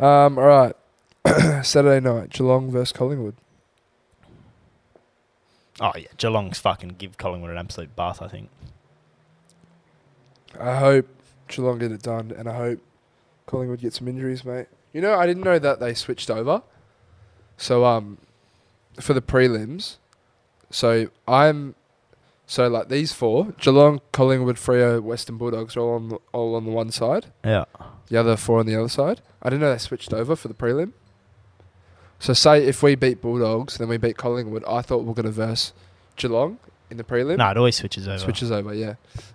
A: Um, all right. Saturday night, Geelong versus Collingwood.
B: Oh yeah, Geelong's fucking give Collingwood an absolute bath. I think.
A: I hope Geelong get it done and I hope Collingwood get some injuries, mate. You know, I didn't know that they switched over. So um for the prelims. So I'm so like these four, Geelong, Collingwood, Freo, Western Bulldogs are all on the, all on the one side.
B: Yeah.
A: the other four on the other side. I didn't know they switched over for the prelim. So say if we beat Bulldogs, then we beat Collingwood. I thought we are going to verse Geelong in the prelim.
B: No, it always switches over.
A: Switches over, yeah.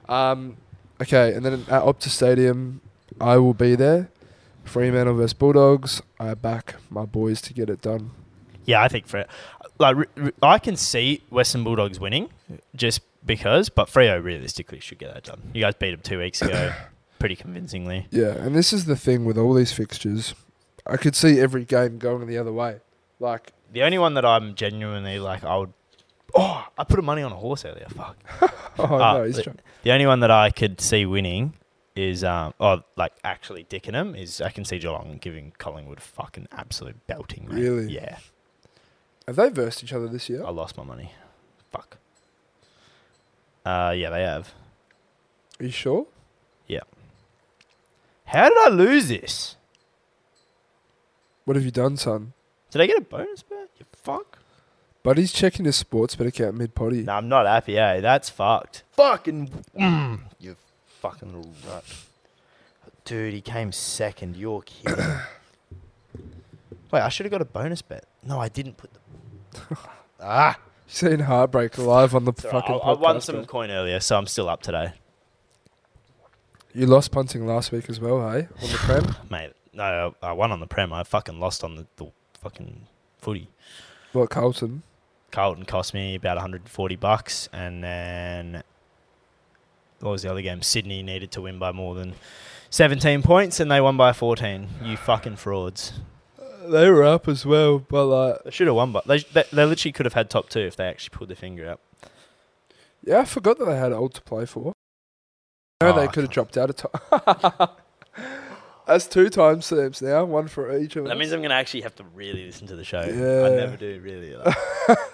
A: Um, okay, and then at Optus Stadium, I will be there. Fremantle versus Bulldogs. I back my boys to get it done.
B: Yeah, I think Freo. Like re- re- I can see Western Bulldogs winning just because, but Freo realistically should get that done. You guys beat them two weeks ago, pretty convincingly.
A: Yeah, and this is the thing with all these fixtures. I could see every game going the other way. Like,
B: The only one that I'm genuinely like, I would. Oh, I put money on a horse earlier. Fuck.
A: oh
B: Ah,
A: no, he's
B: but-
A: drunk.
B: The only one that I could see winning is, um, or like actually dicking him is I can see Geelong giving Collingwood fucking absolute belting. Mate.
A: Really?
B: Yeah.
A: Have they versed each other this year?
B: I lost my money. Fuck. Uh, yeah, they have.
A: Are you sure?
B: How did I lose this?
A: What have you done, son?
B: Did I get a bonus bet? You fuck.
A: But he's checking his sports bet account mid potty.
B: No, I'm not happy. eh? that's fucked. Fucking. Mm, you fucking little nut. Dude, he came second. You're kidding. Wait, I should have got a bonus bet. No, I didn't put the. ah,
A: Seen Heartbreak live on the
B: it's all right.
A: fucking
B: I, I won
A: podcast,
B: some
A: bro.
B: coin earlier, so I'm still up today,
A: You lost punting last week as well, hey? On the prem.
B: mate. No, I I won on the prem. I fucking lost on the, the fucking footy.
A: What Carlton?
B: Carlton cost me about 140 bucks, and then what was the other game? Sydney needed to win by more than 17 points, and they won by 14. You fucking frauds!
A: They were up as well, but like,
B: They should have won, but they, they they literally could have had top two if they actually pulled their finger out.
A: yeah, I forgot that they had old to play for. No,
B: Oh,
A: they
B: I
A: could have
B: can't-
A: dropped out of time. That's two timestamps now, one for each of
B: That
A: us.
B: means I'm gonna actually have to really listen to the show. I
A: Yeah.
B: never do really. Like,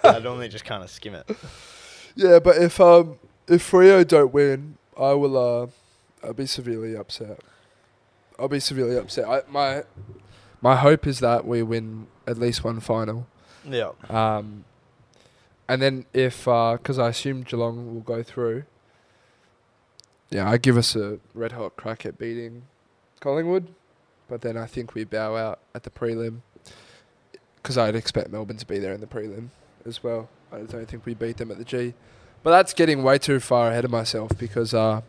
B: I normally just kind of skim it.
A: yeah, but if um if Frio don't win, I will uh I'll be severely upset. I'll be severely upset. I, my my hope is that we win at least one final.
B: Yeah.
A: Um, and then if because I assume Geelong will go through. Yeah, I give us a red hot crack at beating Collingwood, but then I think we bow out at the prelim because I'd expect Melbourne to be there in the prelim as well. I don't think we beat them at the G, but that's getting way too far ahead of myself because uh,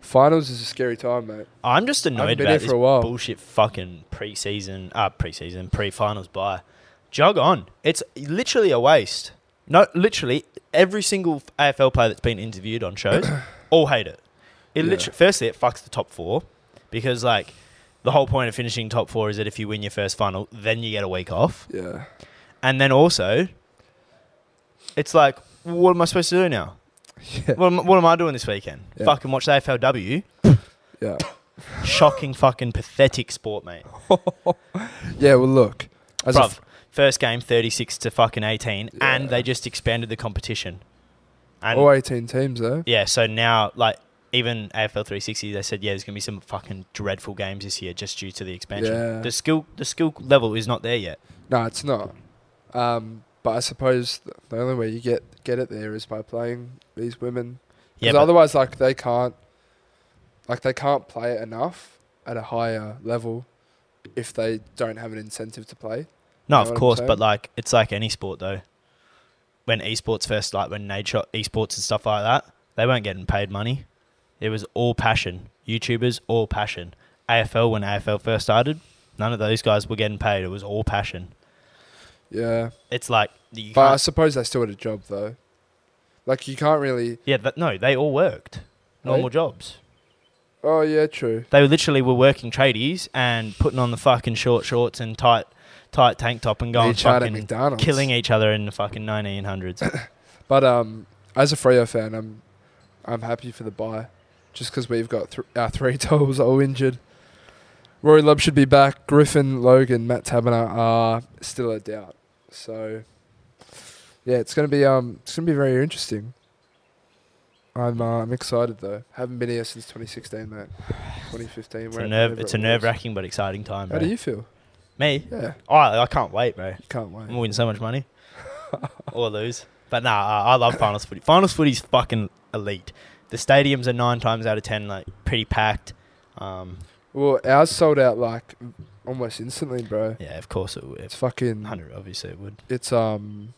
A: finals is a scary time, mate.
B: I'm just
A: I haven't
B: annoyed
A: been
B: about
A: here
B: this
A: for a while.
B: bullshit fucking preseason, uh, preseason, pre-finals buy. Jog on. It's literally a waste. No, literally every single AFL player that's been interviewed on shows all hate it. It
A: Yeah.
B: literally, firstly, it fucks the top four because like the whole point of finishing top four is that if you win your first final, then you get a week off,
A: Yeah,
B: and then also, it's like, what am I supposed to do now?
A: yeah,
B: What am, what am I doing this weekend?
A: Yeah.
B: Fucking watch the AFLW.
A: yeah,
B: Shocking, fucking, pathetic sport, mate.
A: yeah. Well, look, as a
B: Bruv,
A: f-
B: first game 36 to fucking 18
A: Yeah.
B: and they just expanded the competition and
A: all eighteen teams though.
B: yeah so now like even afl 360 they said yeah there's going to be some fucking dreadful games this year just due to the expansion
A: Yeah.
B: the skill the skill level is not there yet
A: No, it's not. Um, but I suppose th- the only way you get get it there is by playing these women.
B: yeah
A: Because
B: but
A: otherwise, like they can't, like they can't play it enough at a higher level if they don't have an incentive to play.
B: no
A: know
B: of
A: what I'm
B: course
A: saying?
B: but like it's like any sport though when esports first like when nade shot esports and stuff like that they weren't getting paid money it was all passion youtubers all passion afl when afl first started none of those guys were getting paid it was all passion
A: Yeah,
B: It's like you
A: but I
B: can't,
A: suppose they still had a job though. Like you can't really.
B: yeah, but no, they all worked normal
A: Right?
B: jobs.
A: Oh yeah, true.
B: They literally were working tradies and putting on the fucking short shorts and tight tight tank top and going
A: Each out at
B: fucking
A: McDonald's.
B: killing each other in the fucking 1900s.
A: But um, as a Freo fan, I'm I'm happy for the buy, just because we've got th- our three tolls all injured. Rory Love should be back. Griffin, Logan, Matt Tabner are still a doubt. So yeah, it's gonna be um, it's gonna be very interesting. I'm uh, I'm excited though. Haven't been here since 2016, mate. 2015.
B: it's a nerve it's a nerve wracking but exciting time,
A: How
B: bro.
A: do you feel?
B: Me?
A: Yeah,
B: Oh, I can't wait, bro.
A: can't
B: I'm
A: wait.
B: winning so much money or lose. But nah, I I love finals footy. Finals footy is fucking elite. The stadiums are nine times out of ten like pretty packed. Um,
A: Well, ours sold out like almost instantly, bro.
B: yeah, of course it would.
A: It's fucking
B: Hundred, obviously it would.
A: it's um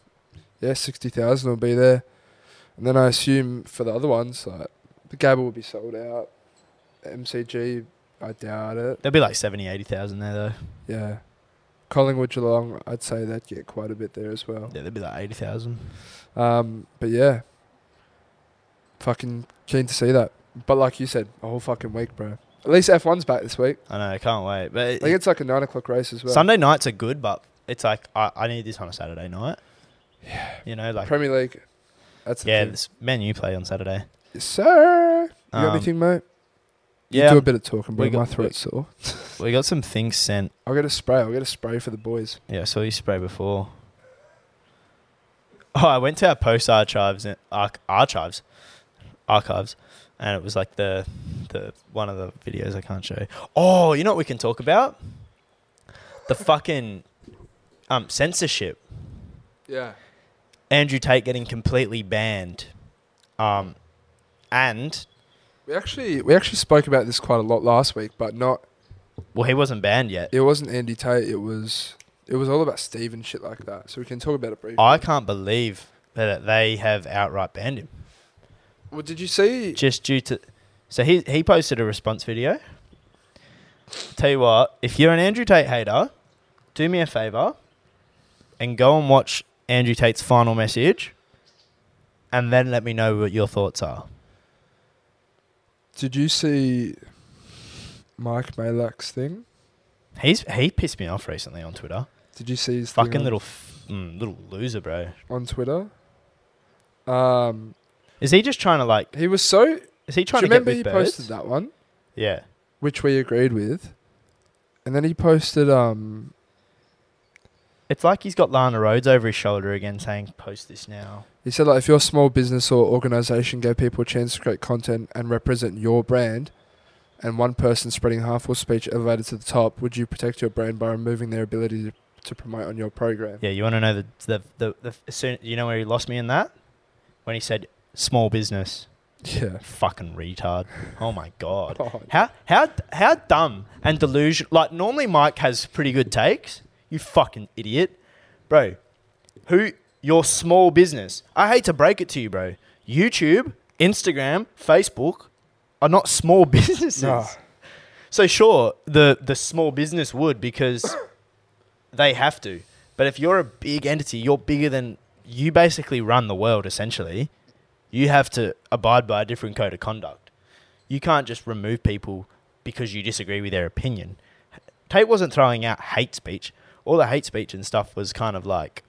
A: yeah sixty thousand will be there, and then I assume for the other ones like the Gabba will be sold out, MCG I doubt it.
B: There'll be like 70, 80,000 there though.
A: Yeah, Collingwood Geelong I'd say they'd get quite a bit there as well.
B: Yeah, there'll be like 80,000.
A: Um, but yeah, fucking keen to see that. But like you said, a whole fucking week, bro. At least F one's back this week.
B: I know, I can't wait. But it-
A: I think it's like a nine o'clock race as well.
B: Sunday nights are good, but it's like I, I need this on a Saturday night. Yeah. You know, like
A: Premier League. That's the
B: yeah,
A: thing.
B: this man you play on Saturday.
A: Yes, sir. You got
B: Um,
A: anything, mate?
B: yeah,
A: You do a
B: I'm-
A: bit of talking, bro.
B: we got-
A: My throat's sore.
B: We got some things sent.
A: I'll get a spray. I'll get a spray for the boys.
B: Yeah, I saw you spray before. Oh, I went to our post archives and arch- archives, archives, and it was like the the one of the videos I can't show. Oh, you know what we can talk about? The fucking um censorship.
A: Yeah.
B: Andrew Tate getting completely banned. Um, and
A: We actually we actually spoke about this quite a lot last week, but not
B: well, he wasn't banned yet.
A: it wasn't Andy Tate, it was It was all about Steve and shit like that. So we can talk about it briefly.
B: I can't believe that they have outright banned him
A: well, did you see?
B: just due to. So he he posted a response video. Tell you what, if you're an Andrew Tate hater, do me a favor and go and watch Andrew Tate's final message, and then let me know what your thoughts are.
A: Did you see Mike Malak's thing?
B: He's he pissed me off recently on Twitter.
A: Did you see his thing
B: Fucking
A: on-
B: little f- mm, little loser, bro.
A: on Twitter? Um,
B: Is he just trying to like?
A: he was so.
B: Is
A: Do
B: he
A: you
B: trying to
A: remember
B: get
A: he
B: big birds?
A: posted that one,
B: Yeah.
A: which we agreed with, and then he posted um.
B: It's like he's got Lana Rhodes over his shoulder again, saying, "Post this now."
A: He said like if your small business or organization gave people a chance to create content and represent your brand, and one person spreading harmful speech elevated to the top, would you protect your brand by removing their ability to, to promote on your program?
B: Yeah, you want to know the the the, the as soon, you know where he lost me in that when he said small business
A: Yeah.
B: fucking retard. Oh my god.
A: God.
B: How how how dumb and delusion like normally Mike has pretty good takes. You fucking idiot. Bro, who your small business. I hate to break it to you, bro. YouTube, Instagram, Facebook are not small businesses.
A: Nah.
B: So sure, the the small business would because they have to. But if you're a big entity, you're bigger than you basically run the world essentially. You have to abide by a different code of conduct. You can't just remove people because you disagree with their opinion. Tate wasn't throwing out hate speech. All the hate speech and stuff was kind of like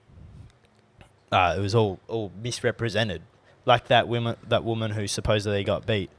B: uh, it was all all misrepresented. Like that woman that woman who supposedly got beat.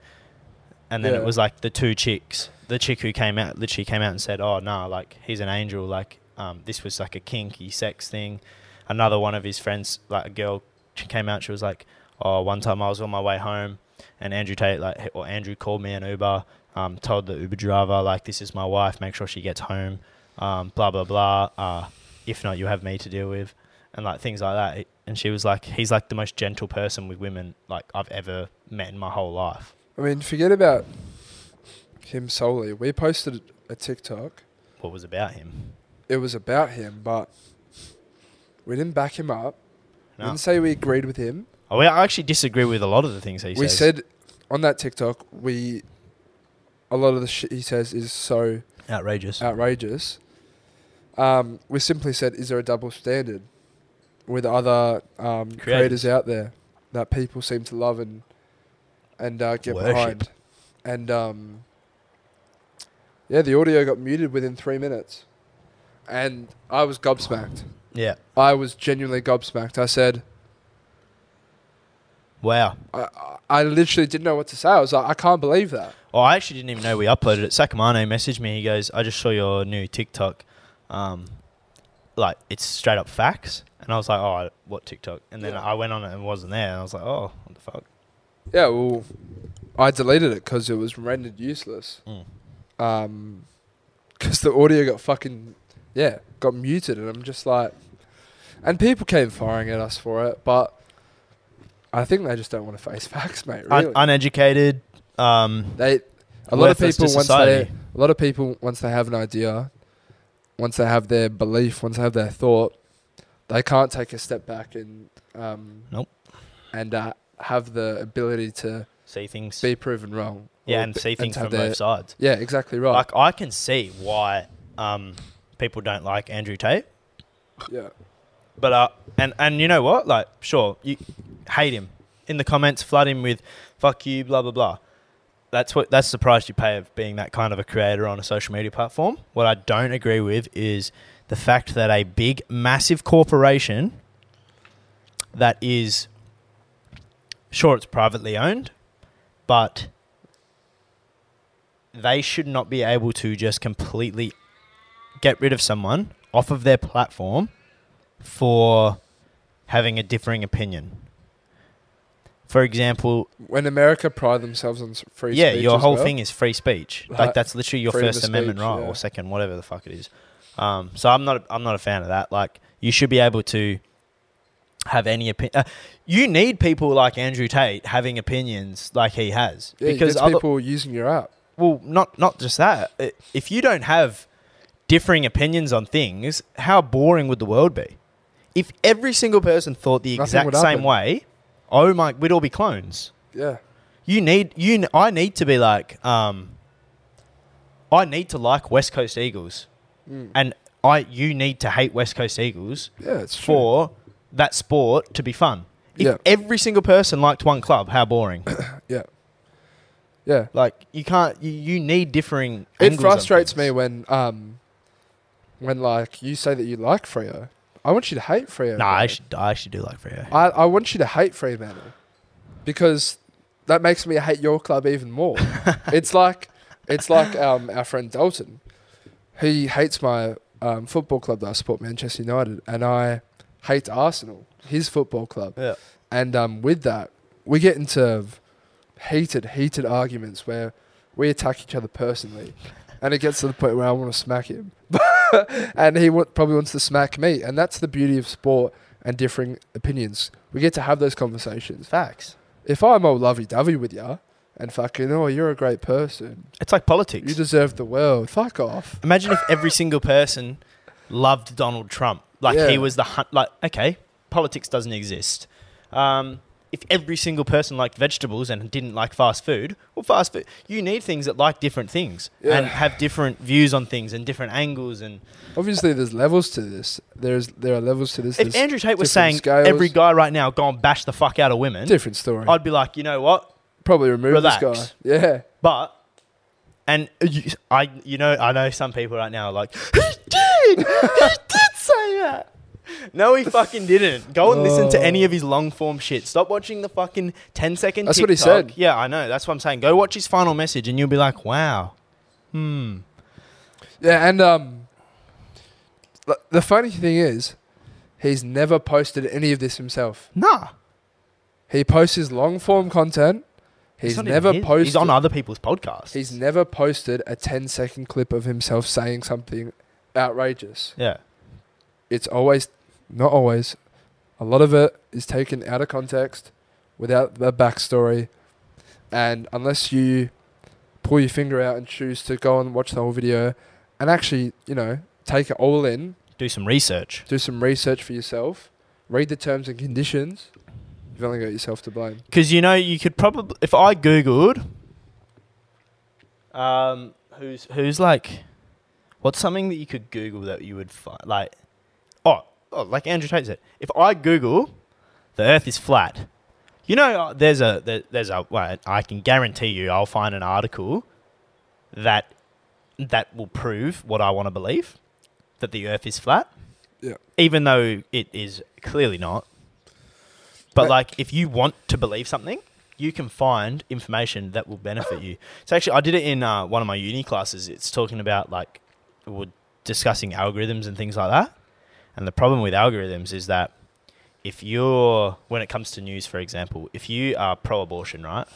B: And then
A: Yeah.
B: it was like the two chicks. The chick who came out literally came out and said, "Oh nah, like he's an angel. Like um, this was like a kinky sex thing." Another one of his friends, like a girl, she came out. She was like, "Oh, one time I was on my way home, and Andrew Tate like hit- or Andrew called me an Uber, um, told the Uber driver like this is my wife, make sure she gets home, um, blah blah blah. Uh, if not, you have me to deal with, and like things like that. And she was like, he's like the most gentle person with women like I've ever met in my whole life.
A: I mean, forget about him solely. We posted a TikTok.
B: What was about him?
A: It was about him, but we didn't back him up. We
B: No.
A: didn't say we agreed with him.
B: Oh, well, I actually disagree with a lot of the things he
A: we
B: says.
A: said on that TikTok, we a lot of the shit he says is so
B: outrageous.
A: Uh, outrageous. Um, we simply said, is there a double standard with other um, creators.
B: Creators.
A: out there that people seem to love and and uh, get
B: Worship.
A: behind? And um, yeah, the audio got muted within three minutes, and I was gobsmacked.
B: yeah.
A: I was genuinely gobsmacked. I said,
B: Wow.
A: I, I- I literally didn't know what to say. I was like, I can't believe that.
B: Oh, I actually didn't even know we uploaded it. Sakamano messaged me. He goes, "I just saw your new TikTok. Um, like it's straight up facts." And I was like, "Oh, what TikTok?" And then
A: Yeah.
B: I went on it and it wasn't there. And I was like, "Oh, what the fuck?"
A: Yeah, well, I deleted it because it was rendered useless.
B: Mm.
A: Um 'cause because the audio got fucking yeah got muted, and I'm just like, and people came firing at us for it, but I think they just don't want to face facts, mate.
B: Un-
A: Really,
B: uneducated. Um,
A: they a lot of
B: worthless to
A: people once they
B: society.
A: a lot of people once they have an idea, once they have their belief, once they have their thought, they can't take a step back and um
B: Nope.
A: and uh, have the ability to
B: see things.
A: be proven wrong.
B: yeah,
A: or
B: and
A: be-
B: see things
A: to have
B: from both sides.
A: Yeah, exactly right.
B: Like I can see why um, people don't like Andrew Tate.
A: yeah.
B: But uh, and and you know what? Like, sure, you hate him in the comments, flood him with "fuck you," blah blah blah. That's what that's the price you pay of being that kind of a creator on a social media platform. What I don't agree with is the fact that a big, massive corporation that is sure it's privately owned, but they should not be able to just completely get rid of someone off of their platform for having a differing opinion. For example,
A: When America pride themselves on s- free
B: yeah,
A: speech.
B: your
A: as
B: whole
A: well,
B: thing is free speech. Like,
A: Like,
B: that's literally your
A: freedom
B: First
A: of
B: Amendment
A: speech,
B: right
A: yeah.
B: or second, whatever the fuck it is. Um, so I'm not a, I'm not a fan of that. Like you should be able to have any opinion. Uh, you need people like Andrew Tate having opinions like he has
A: Yeah, because
B: because other,
A: people using your app.
B: well, not not just that. I- If you don't have differing opinions on things, how boring would the world be? If every single person thought the
A: Nothing
B: exact
A: would
B: same
A: happen.
B: way, oh my, we'd all be clones.
A: Yeah.
B: You need you. n- I need to be like. Um, I need to like West Coast Eagles,
A: Mm.
B: and I you need to hate West Coast Eagles
A: Yeah, it's true.
B: for that sport to be fun. If
A: Yeah.
B: every single person liked one club, how boring!
A: Yeah. Yeah.
B: like you can't. You, you need differing.
A: It
B: angles on
A: frustrates me
B: things.
A: when um when like you say that you like Freo. I want you to hate Freo.
B: Nah, I
A: bro.
B: should. I should do like Freo.
A: I, I want you to hate Fremantle because that makes me hate your club even more. it's like it's like um, our friend Dalton. He hates my um, football club that I support, Manchester United, and I hate Arsenal, his football club.
B: Yeah.
A: And um, with that, we get into heated, heated arguments where we attack each other personally. And it gets to the point where I want to smack him. and he wa- probably wants to smack me. And that's the beauty of sport and differing opinions. We get to have those conversations.
B: Facts.
A: If I'm all lovey dovey with ya and fucking, oh, you're a great person,
B: It's like politics.
A: you deserve the world, fuck off.
B: Imagine if every single person loved Donald Trump. Like
A: Yeah.
B: he was the hun- like okay, politics doesn't exist. Um, if every single person liked vegetables and didn't like fast food, well, fast food you need things that like different things and
A: Yeah.
B: have different views on things and different angles. And
A: Obviously, there's levels to this. There's There are levels to this.
B: if
A: There's
B: Andrew Tate was saying
A: different scales.
B: every guy right now go and bash the fuck out of women,
A: different story.
B: I'd be like, you know what?
A: probably remove this
B: relax.
A: guy. Yeah.
B: But and you, I, you know, I know some people right now are like, he did, he did say that. No, he fucking didn't. Go and listen to any of his long form shit. Stop watching the fucking 10
A: Oh.
B: second.
A: That's what he
B: TikTok.
A: said.
B: Yeah, I know. That's what I'm saying. Go watch his final message, and you'll be like, wow. Hmm.
A: Yeah, and um, l- the funny thing is, he's never posted any of this himself.
B: Nah.
A: He posts his long form content. He's
B: It's not even
A: never
B: his.
A: posted.
B: He's on other people's podcasts.
A: he's never posted a 10 second clip of himself saying something outrageous.
B: yeah.
A: It's always, not always, a lot of it is taken out of context, without the backstory, and unless you pull your finger out and choose to go and watch the whole video, and actually, you know, take it all in.
B: Do some research.
A: do some research for yourself, read the terms and conditions. You've only got yourself to blame.
B: Because you know you could probably if I googled, um, who's who's like, what's something that you could Google that you would find like, oh, oh like Andrew Tate said, if I Google, the Earth is flat. You know, uh, there's a there, there's a well, I can guarantee you I'll find an article that that will prove what I want to believe that the Earth is flat.
A: Yeah.
B: Even though it is clearly not. But
A: But-
B: like, if you want to believe something, you can find information that will benefit you. So actually, I did it in uh, one of my uni classes. It's talking about like we're discussing algorithms and things like that. And the problem with algorithms is that if you're when it comes to news, for example, if you are pro-abortion, right,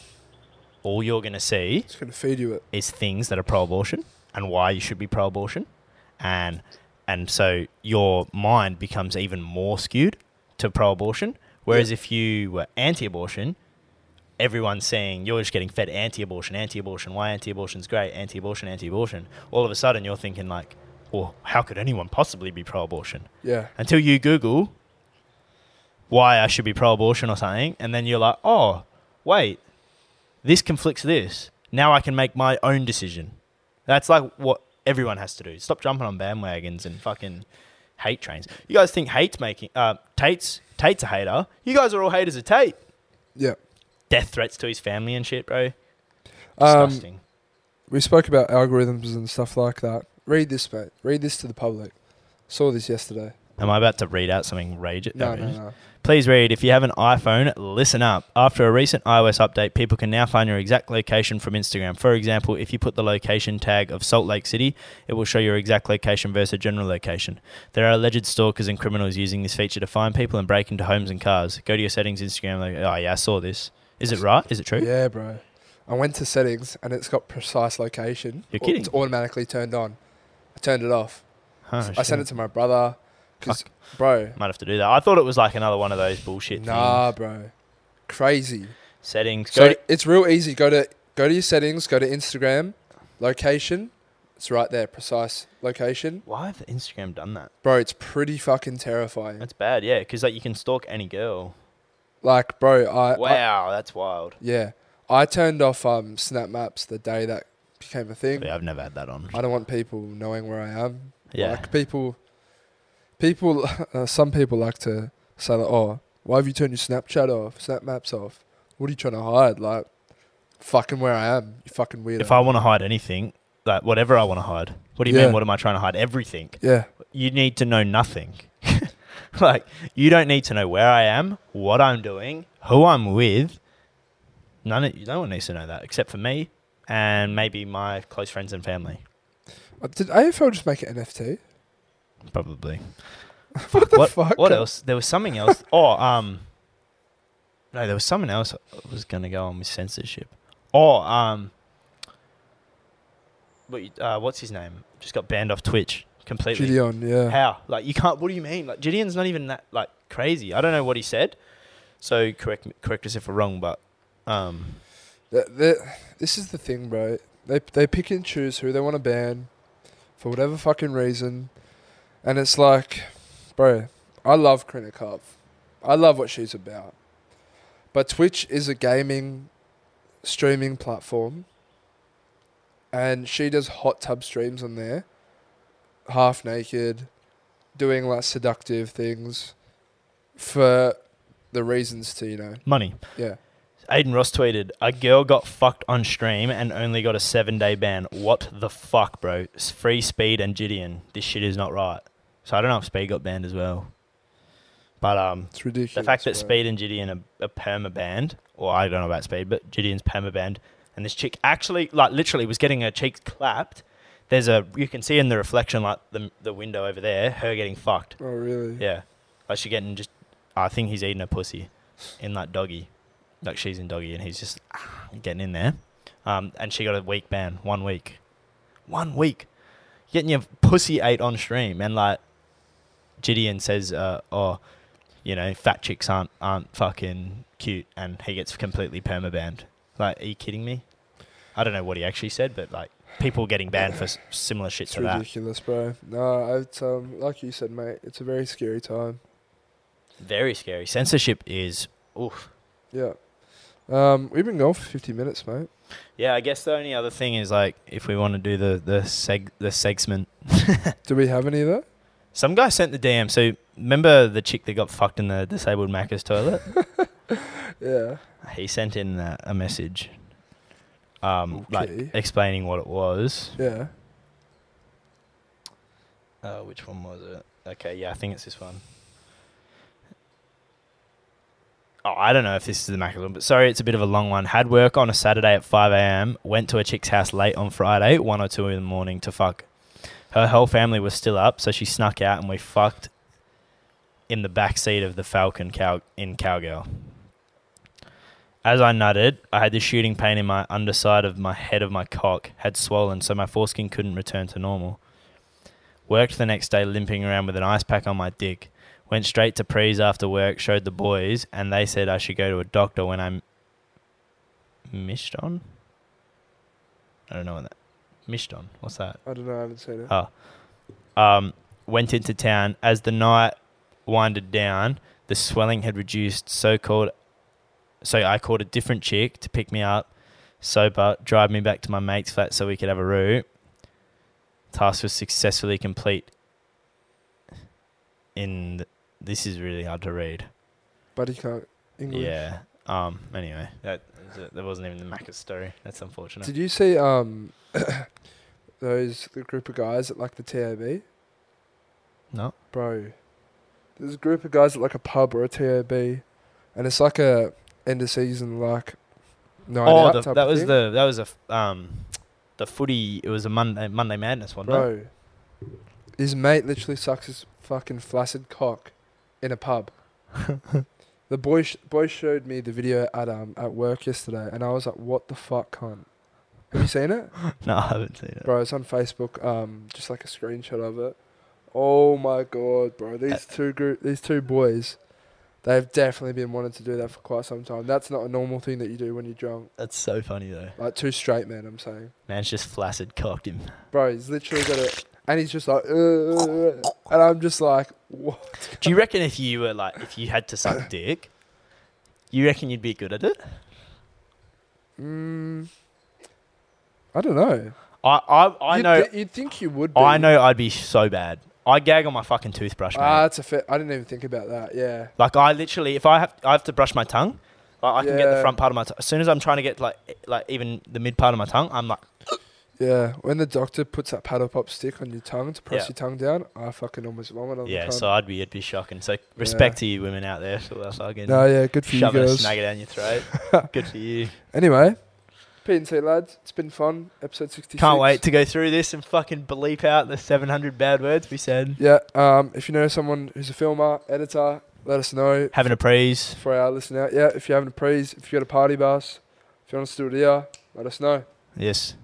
B: all you're going to see
A: It's going to feed you it.
B: is things that are pro-abortion and why you should be pro-abortion, and and so your mind becomes even more skewed to pro-abortion. Whereas if you were anti-abortion, everyone's saying you're just getting fed anti-abortion, anti-abortion, why anti-abortion's great, anti-abortion, anti-abortion. All of a sudden, you're thinking like, well, how could anyone possibly be pro-abortion?
A: Yeah.
B: until you Google why I should be pro abortion or something, and then you're like, oh, wait, this conflicts this. Now I can make my own decision. That's like what everyone has to do. Stop jumping on bandwagons and fucking hate trains. You guys think hate's making, uh, Tate's, Tate's a hater. You guys are all haters of Tate.
A: Yeah.
B: Death threats to his family and shit, bro.
A: Um,
B: Disgusting.
A: we spoke about algorithms and stuff like that. Read this, mate. Read this to the public. Saw this yesterday.
B: Am I about to read out something rage at
A: No, no, no.
B: Please read. If you have an iPhone, listen up. After a recent iOS update, people can now find your exact location from Instagram. For example, if you put the location tag of Salt Lake City, it will show your exact location versus a general location. There are alleged stalkers and criminals using this feature to find people and break into homes and cars. Go to your settings, Instagram. Like, oh yeah, I saw this. Is it right? Is it true?
A: Yeah, bro. I went to settings and it's got precise location.
B: You're
A: Au-
B: kidding.
A: It's automatically turned on. I turned it off.
B: Huh,
A: I sent it
B: Oh, shit.
A: to my brother. Cause, bro.
B: Might have to do that. I thought it was like another one of those bullshit
A: Nah,
B: things.
A: bro. Crazy.
B: Settings. Go
A: So
B: to-
A: it's real easy. Go to go to your settings. Go to Instagram, location, It's right there, precise location.
B: Why have Instagram done that?
A: Bro, it's pretty fucking terrifying.
B: That's bad, yeah, because like you can stalk any girl.
A: Like, bro, Uh, I, I-
B: wow, that's wild.
A: yeah, I turned off um Snap Maps the day that became a thing.
B: Yeah, I've never had that on.
A: I don't want people knowing where I am.
B: Yeah.
A: Like people, people, uh, some people like to say like, "Oh, why have you turned your Snapchat off? Snap Maps off? What are you trying to hide? Like, fucking where I am, you fucking weirdo."
B: If I want to hide anything, like whatever I want to hide. What do you
A: Yeah.
B: mean? What am I trying to hide? Everything.
A: yeah,
B: You need to know nothing. like you don't need to know where I am, what I'm doing, who I'm with. None of no one needs to know that except for me and maybe my close friends and family.
A: Uh, did AFL just make it NFT?
B: Probably.
A: What the
B: what,
A: fuck?
B: what else? There was something else. oh, um, no, there was something else I was going to go on with censorship. Oh, um, what, you- uh, what's his name? Just got banned off Twitch completely.
A: Gideon, yeah.
B: How? Like, you can't. What do you mean? Like, Gideon's not even that like crazy. I don't know what he said. So correct me- correct us if we're wrong, but um,
A: Th- th- this is the thing, bro. They they pick and choose who they want to ban for whatever fucking reason, and it's like, bro, I love Krinikov. I love what she's about, but Twitch is a gaming streaming platform, and she does hot tub streams on there, half naked, doing like seductive things, for the reasons to you know,
B: money.
A: yeah.
B: Aiden Ross tweeted, "A girl got fucked on stream and only got a seven-day ban. What the fuck, bro? It's free Speed and Gideon. This shit is not right." So I don't know if Speed got banned as well, but um,
A: It's ridiculous.
B: the fact that
A: bro.
B: Speed and Gideon are, are perma banned, or I don't know about Speed, but Gideon's perma banned, and this chick actually, like, literally was getting her cheeks clapped. There's a you can see in the reflection, like the the window over there, her getting fucked.
A: Oh really?
B: Yeah, like she getting just. I think he's eating her pussy, in like doggy, like she's in doggy, and he's just ah, getting in there. Um, and she got a week ban, one week, one week, getting your pussy ate on stream, and like, Gideon says, uh, oh, you know, fat chicks aren't aren't fucking cute, and he gets completely perma banned. Like, are you kidding me? I don't know what he actually said, but like, people getting banned for s- similar shit
A: It's
B: to that.
A: ridiculous, bro. No, it's um like you said, mate. It's a very scary time.
B: Very scary. Censorship is oof.
A: Yeah. Um, we've been going for fifty minutes, mate.
B: Yeah, I guess the only other thing is like if we want to do the the seg the segment.
A: Do we have any though?
B: Some guy sent the DM. So remember the chick that got fucked in the disabled Macca's toilet?
A: Yeah.
B: he sent in a, a message, um,
A: Okay.
B: like explaining what it was.
A: Yeah.
B: Uh, which one was it? Okay, yeah, I think it's this one. Oh, I don't know if this is the Macca's one, but sorry, it's a bit of a long one. Had work on a Saturday at 5 a.m., went to a chick's house late on Friday, 1 or 2 in the morning to fuck. Her whole family was still up, so she snuck out and we fucked in the back seat of the Falcon cow- in Cowgirl. As I nutted, I had this shooting pain in my underside of my head of my cock, had swollen, so my foreskin couldn't return to normal. Worked the next day limping around with an ice pack on my dick. Went straight to Pre's after work, showed the boys, and they said I should go to a doctor when I'm missed on? I don't know what that missed on. What's that?
A: I don't know. I haven't seen it.
B: Oh. Um, went into town. As the night winded down, the swelling had reduced. So called, so I called a different chick to pick me up, sober, drive me back to my mate's flat so we could have a root. Task was successfully complete. In th- this is really hard to read.
A: Buddy can't English.
B: Yeah. Um. Anyway, that that wasn't even the Macca's story. That's unfortunate.
A: Did you see um those the group of guys at like the TAB?
B: no.
A: Bro. There's a group of guys at like a pub or a TAB and it's like a end of season like night
B: Oh,
A: out
B: the,
A: type
B: that
A: of
B: was
A: thing.
B: the that was a f- um, the footy. It was a Monday Monday Madness one, right?
A: Bro, his mate literally sucks his fucking flaccid cock in a pub. the boy sh- boy showed me the video at um at work yesterday, and I was like, "What the fuck, cunt." Have you seen it,
B: No, I haven't seen it.
A: bro? It's on Facebook. Um, just like a screenshot of it. Oh my god, bro! These two group, these two boys, They've definitely been wanting to do that for quite some time. That's not a normal thing that you do when you're drunk.
B: That's so funny though.
A: Like two straight men, I'm saying.
B: Man's just flaccid cocked him.
A: Bro, he's literally got it. And he's just like, "Uh," and I'm just like, what?
B: Do you reckon if you were like, if you had to suck dick, you reckon you'd be good at it?
A: Mm, I don't know.
B: I, I, I
A: you'd
B: know,
A: thi- you'd think you would be.
B: I know, I'd be so bad. I gag on my fucking toothbrush, man.
A: Ah, that's a fair. I didn't even think about that. Yeah.
B: Like I literally, if I have, I have to brush my tongue. Like I can get the
A: Yeah.
B: front part of my. T- as soon as I'm trying to get like, e- like even the mid part of my tongue, I'm like,
A: Yeah. When the doctor puts that paddle pop stick on your tongue to press
B: Yeah.
A: your tongue down, I fucking almost vomit on the
B: yeah.
A: cunt.
B: So I'd be, it'd be shocking. So respect to you, women out there, for that fucking
A: No, yeah, good for you
B: shoving a
A: girls.
B: snagger down your throat. Good for you.
A: Anyway, P and T lads, it's been fun. Episode 66.
B: Can't wait to go through this and fucking bleep out the 700 bad words we said.
A: Yeah. Um, if you know someone who's a filmer, editor, let us know
B: Having a praise.
A: for our listen out. Yeah. If you haven't praise, if you got a party bus, if you want us to do it here, let us know.
B: Yes.